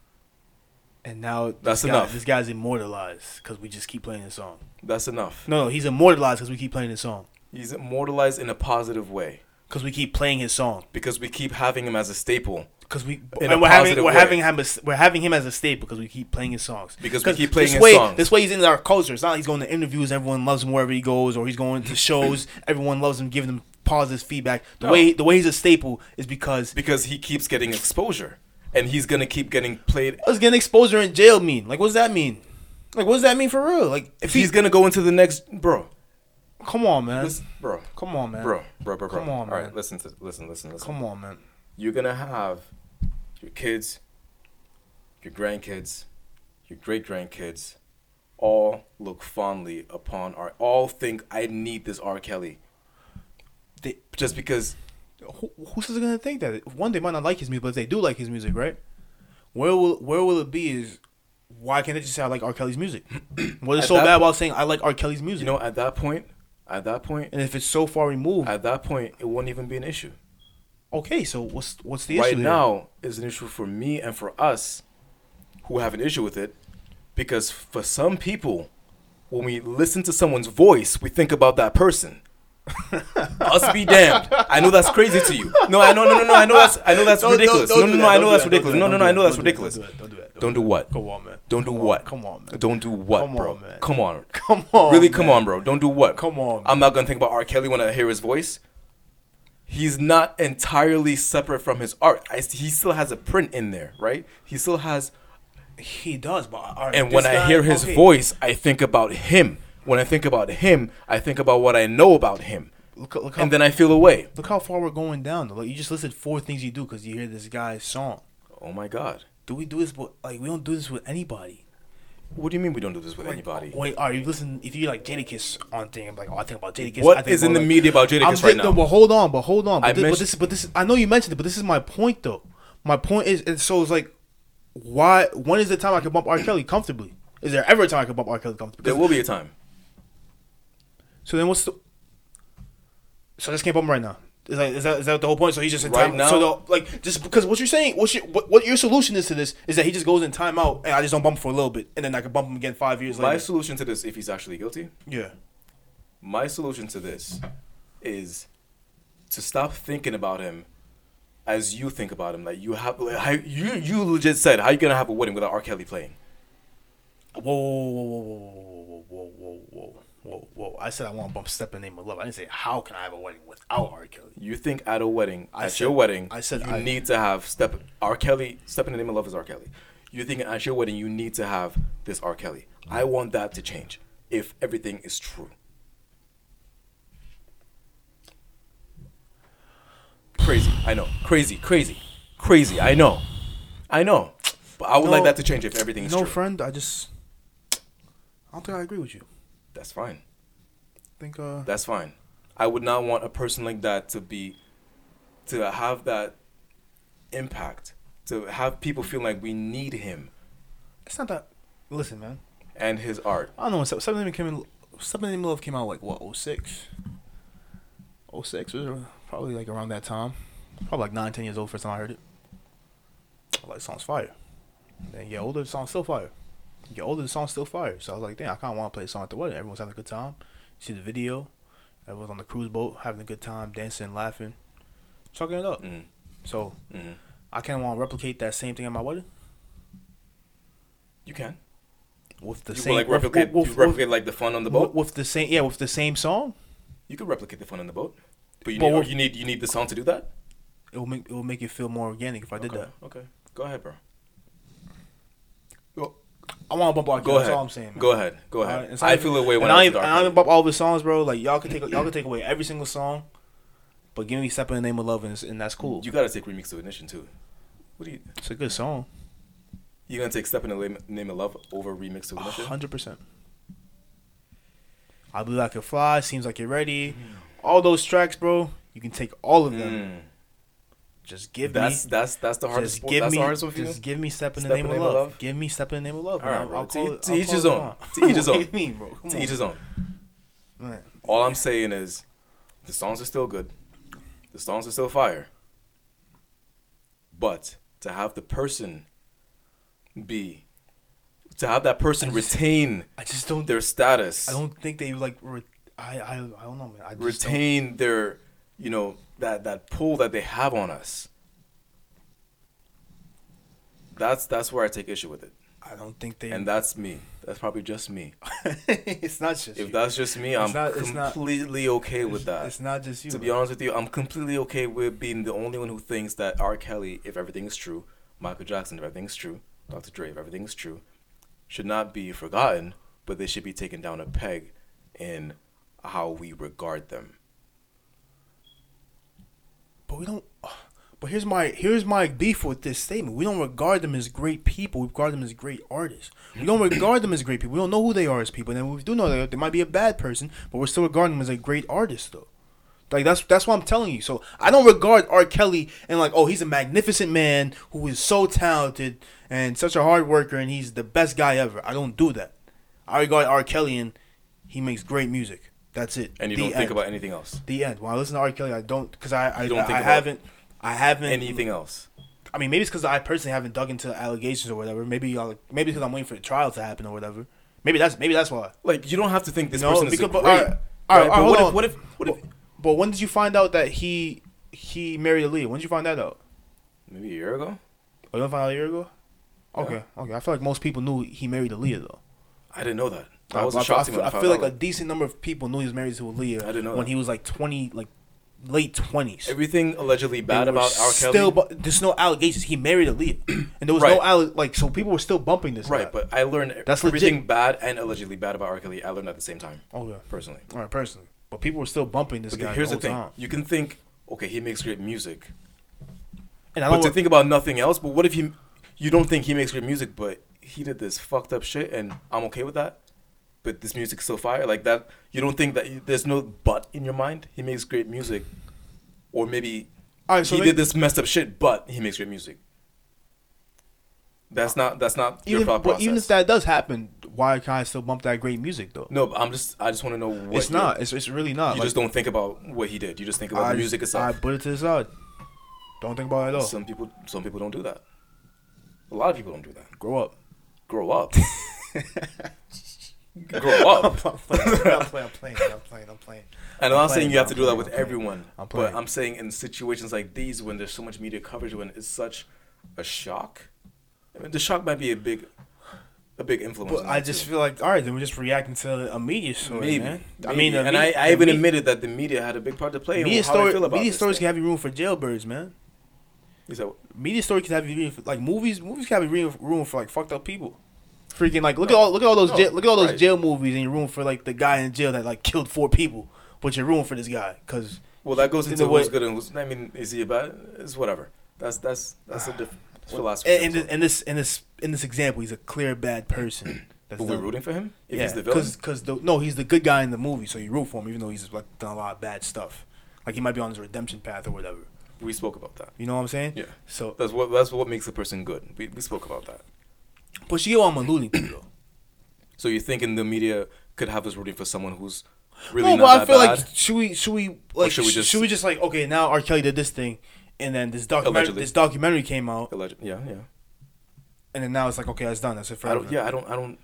Speaker 2: and now this
Speaker 1: That's
Speaker 2: guy-
Speaker 1: enough.
Speaker 2: This guy's immortalized because we just keep playing this song.
Speaker 1: That's enough.
Speaker 2: No, no, he's immortalized because we keep playing this song.
Speaker 1: He's immortalized in a positive way
Speaker 2: Because we keep playing his song.
Speaker 1: because we keep having him as a staple.
Speaker 2: Because we
Speaker 1: In a
Speaker 2: and we're having
Speaker 1: positive
Speaker 2: we're
Speaker 1: way.
Speaker 2: having him as, we're having him as a staple because we keep playing his songs.
Speaker 1: Because we
Speaker 2: 'Cause
Speaker 1: keep playing
Speaker 2: this
Speaker 1: his
Speaker 2: way,
Speaker 1: songs.
Speaker 2: This way he's in our culture. It's not like he's going to interviews, everyone loves him wherever he goes, or he's going to shows, everyone loves him, giving him positive feedback. The
Speaker 1: No.
Speaker 2: way the way he's a staple is because
Speaker 1: because he keeps getting exposure and he's gonna keep getting played
Speaker 2: what's getting exposure in jail mean? Like what does that mean? Like what does that mean for real? Like
Speaker 1: if he's gonna go into the next bro
Speaker 2: come on man,
Speaker 1: listen, bro
Speaker 2: come on man,
Speaker 1: bro bro bro bro
Speaker 2: Come on,
Speaker 1: all right
Speaker 2: man.
Speaker 1: listen to listen listen listen
Speaker 2: come on man.
Speaker 1: you're gonna have your kids your grandkids your great grandkids all look fondly upon our all think i need this r kelly
Speaker 2: They-
Speaker 1: just because
Speaker 2: who, who's just gonna think that one they might not like his music, but if they do like his music, right? Where will where will it be? Is why can't they just say I like R. Kelly's music? What is
Speaker 1: At
Speaker 2: so
Speaker 1: that-
Speaker 2: bad about saying I like R. Kelly's music?
Speaker 1: you know at that point at that point
Speaker 2: and if it's so far removed,
Speaker 1: at that point it won't even be an issue
Speaker 2: okay. So what's what's the
Speaker 1: right
Speaker 2: issue
Speaker 1: now is an issue for me and for us who have an issue with it because for some people when we listen to someone's voice we think about that person us be damned i know that's crazy to you no i know no no no i know that's i know that's
Speaker 2: Don't- don't-
Speaker 1: ridiculous
Speaker 2: don't
Speaker 1: no
Speaker 2: do
Speaker 1: no no
Speaker 2: that,
Speaker 1: i
Speaker 2: don't
Speaker 1: know
Speaker 2: do
Speaker 1: that's
Speaker 2: that, don't
Speaker 1: ridiculous
Speaker 2: do
Speaker 1: no no
Speaker 2: that, don't
Speaker 1: no
Speaker 2: do
Speaker 1: i know
Speaker 2: that,
Speaker 1: that's
Speaker 2: don't do that,
Speaker 1: ridiculous
Speaker 2: don't do that, don't do that, don't
Speaker 1: don't
Speaker 2: do
Speaker 1: do what
Speaker 2: Go on, man.
Speaker 1: don't do
Speaker 2: Come on,
Speaker 1: what
Speaker 2: come on, man.
Speaker 1: don't do what
Speaker 2: Come
Speaker 1: bro
Speaker 2: on, man.
Speaker 1: come on
Speaker 2: Come on,
Speaker 1: really come
Speaker 2: man.
Speaker 1: on bro don't do what
Speaker 2: Come on,
Speaker 1: i'm not gonna think about r kelly when i hear his voice he's not entirely separate from his art. I, he still has a print in there, right? He still has.
Speaker 2: He does, but all right,
Speaker 1: And
Speaker 2: this
Speaker 1: when I
Speaker 2: guy-
Speaker 1: hear his
Speaker 2: okay,
Speaker 1: voice, I think about him. When I think about him, I think about what I know about him,
Speaker 2: look, look how
Speaker 1: and then I feel away.
Speaker 2: look how far we're going down. Though. Like you just listed four things you do because you hear this guy's song.
Speaker 1: Oh my God!
Speaker 2: Do we do this? With, like we don't do this with anybody.
Speaker 1: What do you mean we don't do this with
Speaker 2: Like,
Speaker 1: anybody?
Speaker 2: Wait, are you listen? If you like Jadakiss on thing, I'm like, oh, I think about Jadakiss. I
Speaker 1: What
Speaker 2: think
Speaker 1: is in
Speaker 2: about,
Speaker 1: the
Speaker 2: like-
Speaker 1: media about
Speaker 2: I'm
Speaker 1: Jadakiss right
Speaker 2: just- no,
Speaker 1: now?
Speaker 2: But hold on, but hold on. But,
Speaker 1: I
Speaker 2: this,
Speaker 1: mentioned-
Speaker 2: but this, but this, I know you mentioned it, but this is my point though. My point is, and so it's like, why? When is the time I can bump R. Kelly comfortably? Is there ever a time I can bump R. Kelly comfortably?
Speaker 1: There will be a time.
Speaker 2: So then what's the? So I just can't bump him right now. Is that, is that is that the whole point? So he's just in
Speaker 1: Right
Speaker 2: time.
Speaker 1: now?
Speaker 2: So the, like just because what you're saying, what, you, what what your solution is to this is that he just goes in timeout and I just don't bump him for a little bit and then I can bump him again five years
Speaker 1: My
Speaker 2: later.
Speaker 1: solution to this, if he's actually guilty,
Speaker 2: Yeah.
Speaker 1: my solution to this is to stop thinking about him as you think about him. Like you have, how, you you legit said, how you gonna have a wedding without R. Kelly playing?
Speaker 2: Whoa, whoa, whoa, whoa, whoa, whoa, whoa, whoa, whoa, whoa, whoa! I said I want to bump "Step in the Name of Love." I didn't say how can I have a wedding without R. Kelly.
Speaker 1: You think at a wedding,
Speaker 2: I
Speaker 1: at
Speaker 2: said-
Speaker 1: your wedding,
Speaker 2: I said
Speaker 1: you
Speaker 2: I-
Speaker 1: need to have step R. Kelly. Step in the name of love is R. Kelly. You think at your wedding you need to have this R. Kelly. I want that to change if everything is true. Crazy, I know. Crazy, crazy, crazy. I know, I know. But I would like
Speaker 2: No-
Speaker 1: that to change if everything is
Speaker 2: No,
Speaker 1: true.
Speaker 2: friend, I just I don't think I agree with you.
Speaker 1: That's fine.
Speaker 2: I think uh,
Speaker 1: That's fine. I would not want a person like that to be, to have that impact, to have people feel like we need him
Speaker 2: it's not that. Listen, man.
Speaker 1: and his art.
Speaker 2: I don't know when Sub- Seven Name came in. Seven Name Love came out like what 06? 06 was probably like around that time. Probably like nine, ten years old. First time I heard it. I like song's fire. Then you get older, the song's still fire. You get older, the song's still fire. So I was like, damn, I kind of want to play a song at the wedding. Everyone's having a good time. You see the video. Everyone's on the cruise boat having a good time, dancing, laughing, chucking it up.
Speaker 1: Mm,
Speaker 2: So
Speaker 1: mm.
Speaker 2: I kind of want to replicate that same thing at my wedding
Speaker 1: You can.
Speaker 2: with the
Speaker 1: you
Speaker 2: same
Speaker 1: will, like
Speaker 2: with-
Speaker 1: replicate,
Speaker 2: with-
Speaker 1: you
Speaker 2: with-
Speaker 1: replicate like the fun on the boat.
Speaker 2: with, with the same yeah with the same song.
Speaker 1: you could replicate the fun on the boat, but you
Speaker 2: But
Speaker 1: need,
Speaker 2: with-
Speaker 1: you need you need the song to do that.
Speaker 2: It will make it will make it feel more organic if I did
Speaker 1: okay.
Speaker 2: that.
Speaker 1: Okay. Go ahead, bro.
Speaker 2: I want to bump all.
Speaker 1: Go
Speaker 2: That's
Speaker 1: ahead.
Speaker 2: all I'm saying. Man.
Speaker 1: Go ahead. Go
Speaker 2: All
Speaker 1: ahead.
Speaker 2: right, and so
Speaker 1: I feel the way when
Speaker 2: and
Speaker 1: I
Speaker 2: I
Speaker 1: was
Speaker 2: ain't- and I
Speaker 1: dark.
Speaker 2: don't bump all the songs, bro. Like y'all can take y'all can take away every single song, but give me "Step in the Name of Love" and, it's- and that's cool.
Speaker 1: You gotta take remix to ignition too. What are you?
Speaker 2: It's a good song.
Speaker 1: You gonna take step in the Lame- name of love over remix to ignition?
Speaker 2: hundred percent. I believe I could fly. Seems like you're ready. All those tracks, bro. You can take all of them.
Speaker 1: Mm.
Speaker 2: Just give
Speaker 1: that's
Speaker 2: me.
Speaker 1: that's that's the hardest.
Speaker 2: Just
Speaker 1: part-
Speaker 2: give
Speaker 1: that's
Speaker 2: me.
Speaker 1: the hardest one for you?
Speaker 2: Just give me "Step in the
Speaker 1: Step
Speaker 2: Name of Love."
Speaker 1: Love?
Speaker 2: Give me "Step in the Name of Love."
Speaker 1: All
Speaker 2: and
Speaker 1: right,
Speaker 2: I'll-
Speaker 1: bro.
Speaker 2: I'll
Speaker 1: To
Speaker 2: call
Speaker 1: each-
Speaker 2: it-
Speaker 1: to
Speaker 2: I'll
Speaker 1: each
Speaker 2: call
Speaker 1: his
Speaker 2: it
Speaker 1: own.
Speaker 2: on.
Speaker 1: To each his
Speaker 2: What
Speaker 1: own.
Speaker 2: do you mean, bro? Come
Speaker 1: To
Speaker 2: on.
Speaker 1: each his own.
Speaker 2: Man.
Speaker 1: All I'm saying is, the songs are still good. The songs are still fire. But to have the person be, to have that person
Speaker 2: I just-
Speaker 1: retain
Speaker 2: I just don't.
Speaker 1: their status,
Speaker 2: I don't think they like. Re- I, I I don't know, man. I just don't-
Speaker 1: retain their, you know, that that pull that they have on us. That's that's where I take issue with it,
Speaker 2: I don't think they.
Speaker 1: and that's me. That's probably just me.
Speaker 2: it's not just.
Speaker 1: If
Speaker 2: you.
Speaker 1: that's just me,
Speaker 2: It's
Speaker 1: I'm
Speaker 2: not- it's not-
Speaker 1: completely okay with that.
Speaker 2: It's not just you.
Speaker 1: to be honest with you, I'm completely okay with being the only one who thinks that R. Kelly, if everything is true, Michael Jackson, if everything is true, Dr. Dre, if everything is true, should not be forgotten, but they should be taken down a peg in how we regard them.
Speaker 2: But we don't. But here's my here's my beef with this statement. We don't regard them as great people. We regard them as great artists. We don't regard them as great people. We don't know who they are as people. And we do know that they might be a bad person, but we're still regarding them as a great artist, though. Like that's that's what I'm telling you. So I don't regard R. Kelly and like, oh, he's a magnificent man who is so talented and such a hard worker, and he's the best guy ever. I don't do that. I regard R. Kelly and he makes great music. That's it.
Speaker 1: And you
Speaker 2: The
Speaker 1: don't
Speaker 2: end.
Speaker 1: think about anything else.
Speaker 2: The end. When I listen to R. Kelly, I don't because I I,
Speaker 1: You don't
Speaker 2: I,
Speaker 1: think about
Speaker 2: haven't I haven't
Speaker 1: Anything else.
Speaker 2: I mean, maybe it's because I personally haven't dug into allegations or whatever. Maybe I maybe because I'm waiting for the trial to happen or whatever. Maybe that's maybe that's why.
Speaker 1: Like, you don't have to think this
Speaker 2: No,
Speaker 1: person is
Speaker 2: because-
Speaker 1: a
Speaker 2: but-
Speaker 1: great.
Speaker 2: all right, all
Speaker 1: right?
Speaker 2: right,
Speaker 1: But
Speaker 2: hold
Speaker 1: what if,
Speaker 2: on.
Speaker 1: what if, what if,
Speaker 2: But, but when did you find out that he he married Aaliyah? When did you find that out?
Speaker 1: maybe a year ago?
Speaker 2: Oh, you don't find out a year ago. Okay, okay. I feel like most people knew he married Aaliyah though.
Speaker 1: I didn't know that. That was
Speaker 2: I,
Speaker 1: a
Speaker 2: I-
Speaker 1: shock
Speaker 2: I
Speaker 1: to
Speaker 2: feel,
Speaker 1: me. when
Speaker 2: I
Speaker 1: found
Speaker 2: feel like
Speaker 1: out.
Speaker 2: a decent number of people knew he was married to Aaliyah
Speaker 1: I didn't know
Speaker 2: when
Speaker 1: that.
Speaker 2: he was like 20, like late 20s.
Speaker 1: everything allegedly
Speaker 2: They
Speaker 1: bad
Speaker 2: were
Speaker 1: about R. Kelly.
Speaker 2: Still, bu- there's no allegations. He married Aaliyah, and there was no
Speaker 1: Right.
Speaker 2: alle- like so people were still bumping this. guy.
Speaker 1: Right, but I learned
Speaker 2: That's
Speaker 1: everything bad and allegedly bad about R. Kelly. I learned at the same time,
Speaker 2: oh yeah.
Speaker 1: personally.
Speaker 2: All right, personally. But people were still bumping this
Speaker 1: But
Speaker 2: guy.
Speaker 1: here's the
Speaker 2: whole
Speaker 1: thing:
Speaker 2: Time.
Speaker 1: you can think, okay, he makes great music,
Speaker 2: And I
Speaker 1: but
Speaker 2: don't
Speaker 1: to
Speaker 2: think
Speaker 1: think about nothing else. But what if he, you don't think he makes great music, but he did this fucked up shit, and I'm okay with that. But this music's so fire, like that. You don't think that you, there's no but in your mind. He makes great music, or maybe
Speaker 2: All right, so
Speaker 1: he
Speaker 2: let-
Speaker 1: did this messed up shit, but he makes great music. That's not that's not your
Speaker 3: Even,
Speaker 1: thought
Speaker 3: but
Speaker 1: process.
Speaker 3: even if that does happen, why can I still bump that great music though?
Speaker 1: no, but I'm just I just want to know what
Speaker 3: it's
Speaker 1: your-
Speaker 3: not. It's, it's really not.
Speaker 1: You
Speaker 3: Like,
Speaker 1: just don't think about what he did. You just think about the music
Speaker 3: I
Speaker 1: itself.
Speaker 3: put it to the side. Don't think about it at all.
Speaker 1: some people some people don't do that. A lot of people don't do that.
Speaker 3: Grow up.
Speaker 1: Grow up. Grow up.
Speaker 2: I'm playing. I'm playing. I'm playing. I'm playing. I'm playing.
Speaker 1: And I'm not
Speaker 2: playing,
Speaker 1: saying you have to
Speaker 2: I'm
Speaker 1: do that
Speaker 2: playing,
Speaker 1: with
Speaker 2: I'm playing.
Speaker 1: everyone,
Speaker 2: I'm
Speaker 1: but
Speaker 2: playing.
Speaker 1: I'm saying in situations like these, when there's so much media coverage, when it's such a shock, I mean, the shock might be a big, a big influence.
Speaker 2: But
Speaker 1: on
Speaker 2: I
Speaker 1: that,
Speaker 2: just
Speaker 1: too.
Speaker 2: feel like all right, then we're just reacting to a media story,
Speaker 1: maybe,
Speaker 2: man.
Speaker 1: I mean, and I, I even admitted that the media had a big part to play in
Speaker 2: media
Speaker 1: how
Speaker 2: story,
Speaker 1: I feel about
Speaker 2: media
Speaker 1: this
Speaker 2: stories
Speaker 1: thing.
Speaker 2: can have you room for jailbirds, man.
Speaker 1: He said,
Speaker 2: Media story can have you room for, like movies. Movies can have you room- room for like fucked up people. Freaking like look at all look at all those
Speaker 1: No,
Speaker 2: jail, look at all those
Speaker 1: right.
Speaker 2: jail movies and you room for like the guy in jail that like killed four people, but you're room for this guy because
Speaker 1: "Well, that goes
Speaker 2: In
Speaker 1: into
Speaker 2: a
Speaker 1: what's
Speaker 2: way-
Speaker 1: good and what's." I mean, is he about? It's whatever. That's that's that's a
Speaker 2: Ah,
Speaker 1: different philosophy.
Speaker 2: in
Speaker 1: I'm
Speaker 2: this in this in this in this example he's a clear bad person. That's
Speaker 1: But we're
Speaker 2: the-
Speaker 1: rooting for him if
Speaker 2: yeah,
Speaker 1: he's the villain.
Speaker 2: Cause, 'cause the, no, he's the good guy in the movie, so you root for him, even though he's like done a lot of bad stuff. Like he might be on his redemption path or whatever.
Speaker 1: We spoke about that.
Speaker 2: You know what I'm saying?
Speaker 1: Yeah.
Speaker 2: So,
Speaker 1: That's what that's what makes a person good. We, we spoke about that.
Speaker 2: but you get what I'm alluding to, though.
Speaker 1: So you're thinking the media could have us rooting for someone who's really
Speaker 2: no,
Speaker 1: not
Speaker 2: but I
Speaker 1: that
Speaker 2: feel
Speaker 1: bad?
Speaker 2: like should we should we like
Speaker 1: should
Speaker 2: should
Speaker 1: we
Speaker 2: we,
Speaker 1: just-
Speaker 2: should we just like okay now R. Kelly did this thing, and then this documentary
Speaker 1: Allegedly.
Speaker 2: this documentary came out,
Speaker 1: Alleged- yeah, yeah.
Speaker 2: and then now it's like okay that's done that's it
Speaker 1: I
Speaker 2: forever.
Speaker 1: don't. Yeah, I don't. I don't.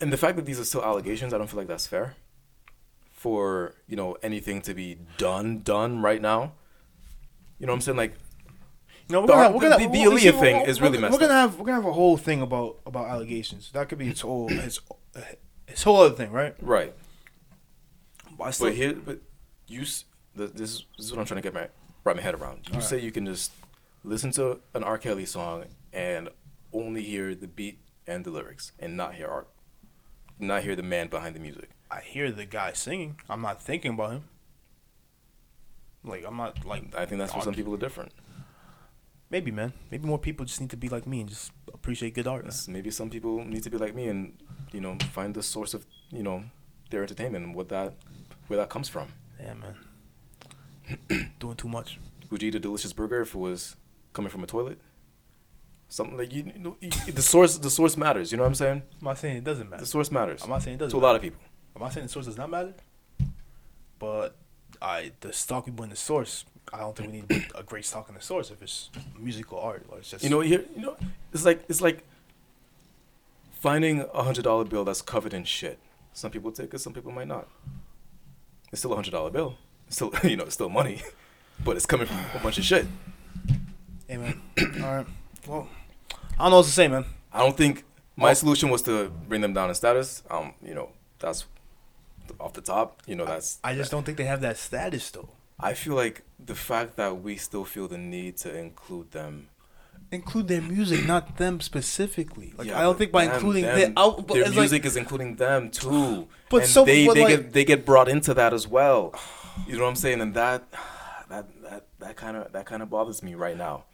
Speaker 1: And the fact that these are still allegations, I don't feel like that's fair. For you know anything to be done, done right now. You know what I'm saying? Like
Speaker 2: No, we're
Speaker 1: The
Speaker 2: gonna,
Speaker 1: R-
Speaker 2: we're gonna,
Speaker 1: the- the
Speaker 2: we're-
Speaker 1: Aaliyah
Speaker 2: see,
Speaker 1: E thing
Speaker 2: we're-
Speaker 1: is really
Speaker 2: we're-
Speaker 1: messed
Speaker 2: We're gonna have we're gonna have a whole thing about about allegations. That could be its whole its, its whole other thing, right?
Speaker 1: right.
Speaker 2: But I still-
Speaker 1: But here, but you. s- th- This is, this is what I'm trying to get my wrap my head around. You say you can just listen to an R. Kelly song and only hear the beat and the lyrics, and not hear art, not hear the man behind the music.
Speaker 2: I hear the guy singing. I'm not thinking about him. Like I'm not like
Speaker 1: I think that's where some people are different.
Speaker 2: maybe man. Maybe more people just need to be like me and just appreciate good art. man.
Speaker 1: That's- Maybe some people need to be like me and you know find the source of you know their entertainment and what that where that comes from.
Speaker 2: Yeah, man. Doing too much.
Speaker 1: Would you eat a delicious burger if it was coming from a toilet? Something like you, you know you- the source the source matters. You know what I'm saying?
Speaker 2: I'm not saying it doesn't matter.
Speaker 1: The source matters.
Speaker 2: I'm not saying it
Speaker 1: to
Speaker 2: doesn't.
Speaker 1: a lot of people.
Speaker 2: I'm not saying the source does not matter. But I the stock we put in the source. I don't think we need to put a great stock in the source if it's musical art or it's just
Speaker 1: You know here you know it's like it's like finding a hundred dollar bill that's covered in shit. Some people take it, some people might not. It's still a hundred dollar bill. It's still you know it's still money, but it's coming from a bunch of shit.
Speaker 2: Hey man. All right. Well, I don't know what to say, man.
Speaker 1: I don't think my solution was to bring them down in status. Um, you know, that's off the top. You know, that's
Speaker 2: I just don't think they have that status though.
Speaker 1: I feel like the fact that we still feel the need to include them.
Speaker 2: include their music, not them specifically. Like
Speaker 1: Yeah,
Speaker 2: I don't
Speaker 1: but
Speaker 2: think by
Speaker 1: them-
Speaker 2: including
Speaker 1: them-
Speaker 2: their, out, but
Speaker 1: their
Speaker 2: it's
Speaker 1: music
Speaker 2: like,
Speaker 1: is including them too.
Speaker 2: But
Speaker 1: and
Speaker 2: so-
Speaker 1: they
Speaker 2: but
Speaker 1: they
Speaker 2: like-
Speaker 1: get they get brought into that as well. You know what I'm saying? And that that that that kind of that kind of bothers me right now.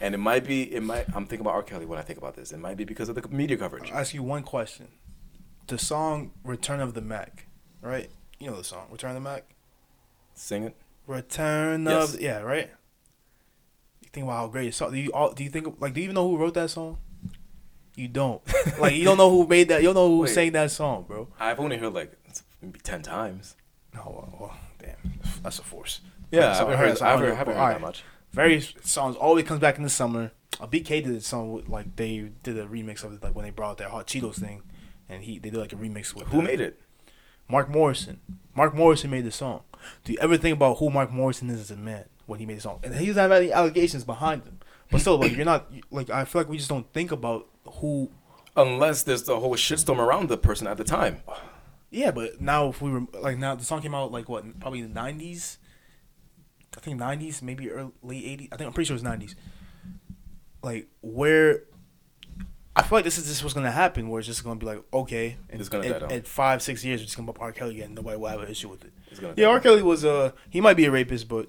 Speaker 1: And it might be it might I'm thinking about R. Kelly when I think about this. It might be because of the media coverage.
Speaker 2: I'll ask you one question: the song "Return of the Mac," right? You know the song "Return of the Mac."
Speaker 1: Sing it.
Speaker 2: Return
Speaker 1: Yes.
Speaker 2: of yeah, right. You think about how great it song. Do you all, do you think like do you even know who wrote that song? You don't. like you don't know who made that. You don't know who
Speaker 1: Wait.
Speaker 2: sang that song, bro.
Speaker 1: I've only heard like maybe ten times.
Speaker 2: No, well, well, damn, that's a force.
Speaker 1: Yeah,
Speaker 2: So,
Speaker 1: I haven't
Speaker 2: alright,
Speaker 1: heard,
Speaker 2: so
Speaker 1: I haven't,
Speaker 2: alright,
Speaker 1: heard- haven't heard
Speaker 2: alright.
Speaker 1: that much.
Speaker 2: various songs always comes back in the summer. Uh, BK did a song with, like they did a remix of it like when they brought out their Hot Cheetos thing, and he they did like a remix with
Speaker 1: Who
Speaker 2: uh,
Speaker 1: made it?
Speaker 2: Mark Morrison. Mark Morrison made the song. Do you ever think about who Mark Morrison is as a man when he made the song? And he doesn't have any allegations behind him, but still, like you're not like I feel like we just don't think about who.
Speaker 1: Unless there's the whole shitstorm around the person at the time.
Speaker 2: Yeah, but now if we were like now the song came out like what probably in the '90s. I think '90s, maybe early late '80s. I think I'm pretty sure it's '90s. Like where, I feel like this is this was gonna happen. Where it's just gonna be like okay, and
Speaker 1: It's gonna
Speaker 2: and-
Speaker 1: die down.
Speaker 2: and five six years, we're just gonna bump R. Kelly again. Nobody will have an issue with it.
Speaker 1: It's gonna
Speaker 2: Yeah,
Speaker 1: die
Speaker 2: R.
Speaker 1: down.
Speaker 2: Kelly was uh he might be a rapist, but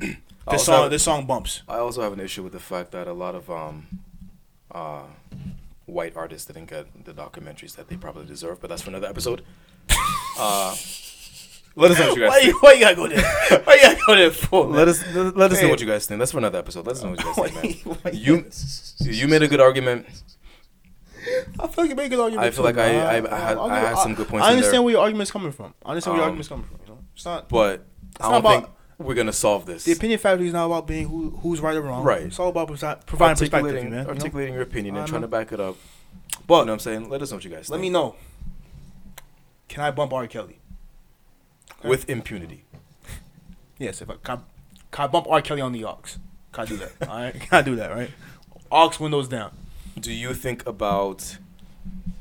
Speaker 1: I
Speaker 2: this
Speaker 1: also
Speaker 2: song
Speaker 1: have-
Speaker 2: this song bumps.
Speaker 1: I also have an issue with the fact that a lot of um, uh, white artists didn't get the documentaries that they probably deserve, but that's for another episode. uh, Let us know what you
Speaker 5: Why
Speaker 1: guys
Speaker 5: you,
Speaker 1: think.
Speaker 5: why you gotta go there? Why you gotta go there for? man?
Speaker 1: Let us let, let us know
Speaker 5: Hey.
Speaker 1: what you guys think. That's for another episode. Let us know what you guys think, man.
Speaker 5: Why
Speaker 1: You you made a good argument.
Speaker 5: I feel like you make an argument.
Speaker 1: I feel like I I, I, had, I had some good points.
Speaker 2: I
Speaker 1: in there.
Speaker 2: understand where your argument's coming from. I understand where your
Speaker 1: Um,
Speaker 2: argument's coming from. You know, it's not
Speaker 1: but I
Speaker 2: not
Speaker 1: don't think
Speaker 2: about-
Speaker 1: we're gonna solve this.
Speaker 2: the opinion factory is not about being who who's right or wrong.
Speaker 1: Right.
Speaker 2: It's all about presi- providing perspective,
Speaker 1: articulating,
Speaker 2: man. you know?
Speaker 1: articulating your opinion and
Speaker 2: I
Speaker 1: trying
Speaker 2: know.
Speaker 1: to back it up. But you know what I'm saying, let us know what you guys
Speaker 2: Let me
Speaker 1: think.
Speaker 2: know. Can I bump R. Kelly? know.
Speaker 1: with impunity.
Speaker 2: Yes, if I can, can I bump R. Kelly on the Ox? Can I do that? all right, can I do that? Right? Ox windows down.
Speaker 1: Do you think about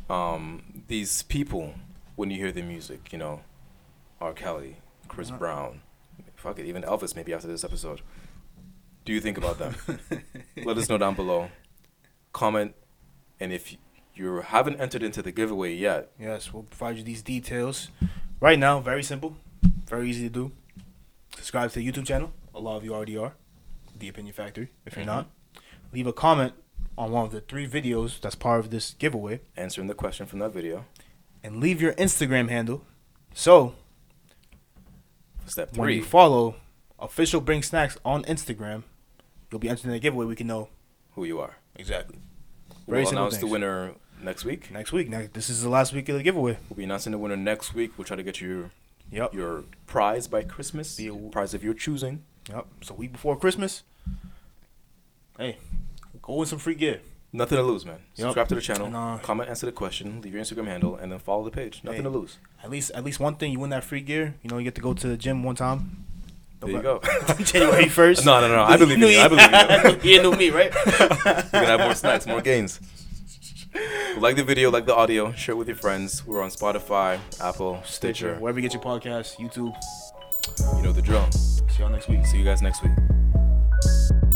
Speaker 1: um, these people when you hear the music? You know, R. Kelly, Chris
Speaker 2: Uh-huh.
Speaker 1: Brown, fuck it, even Elvis. Maybe after this episode, do you think about them? Let us know down below. Comment, and if you haven't entered into the giveaway yet,
Speaker 2: Yes, we'll provide you these details. Right now, very simple, very easy to do. Subscribe to the YouTube channel. A lot of you already are. The Opinion Factory. If you're not, leave a comment on one of the three videos that's part of this giveaway,
Speaker 1: answering the question from that video.
Speaker 2: and leave your Instagram handle. So
Speaker 1: Step
Speaker 2: when
Speaker 1: three.
Speaker 2: you follow official Bring Snacks on Instagram, you'll be entered in the giveaway. We can know
Speaker 1: who you are.
Speaker 2: exactly Very
Speaker 1: We'll
Speaker 2: simple
Speaker 1: announce the
Speaker 2: things.
Speaker 1: winner next week.
Speaker 2: next week. Next, this is the last week of the giveaway.
Speaker 1: We'll be announcing the winner next week. We'll try to get you
Speaker 2: Yep.
Speaker 1: your prize by Christmas.
Speaker 2: The aw-
Speaker 1: prize of your choosing.
Speaker 2: Yep. So week before Christmas. Hey, go win some free gear.
Speaker 1: Nothing to lose, man.
Speaker 2: Yep.
Speaker 1: Subscribe to the channel.
Speaker 2: And, uh,
Speaker 1: comment, answer the question, leave your Instagram handle, and then follow the page. Nothing
Speaker 2: Hey.
Speaker 1: to lose.
Speaker 2: At least, at least one thing. You win that free gear. You know, you get to go to the gym one time.
Speaker 1: There you go.
Speaker 2: January first.
Speaker 1: No, no, no. I believe in you. I believe in you.
Speaker 2: you knew me, right?
Speaker 1: You're gonna have more snacks, more gains. Like the video, like the audio, share it with your friends. We're on Spotify, Apple, Stitcher.
Speaker 2: Wherever you get your podcast, YouTube.
Speaker 1: You know the drill.
Speaker 2: See y'all next week.
Speaker 1: See you guys next week.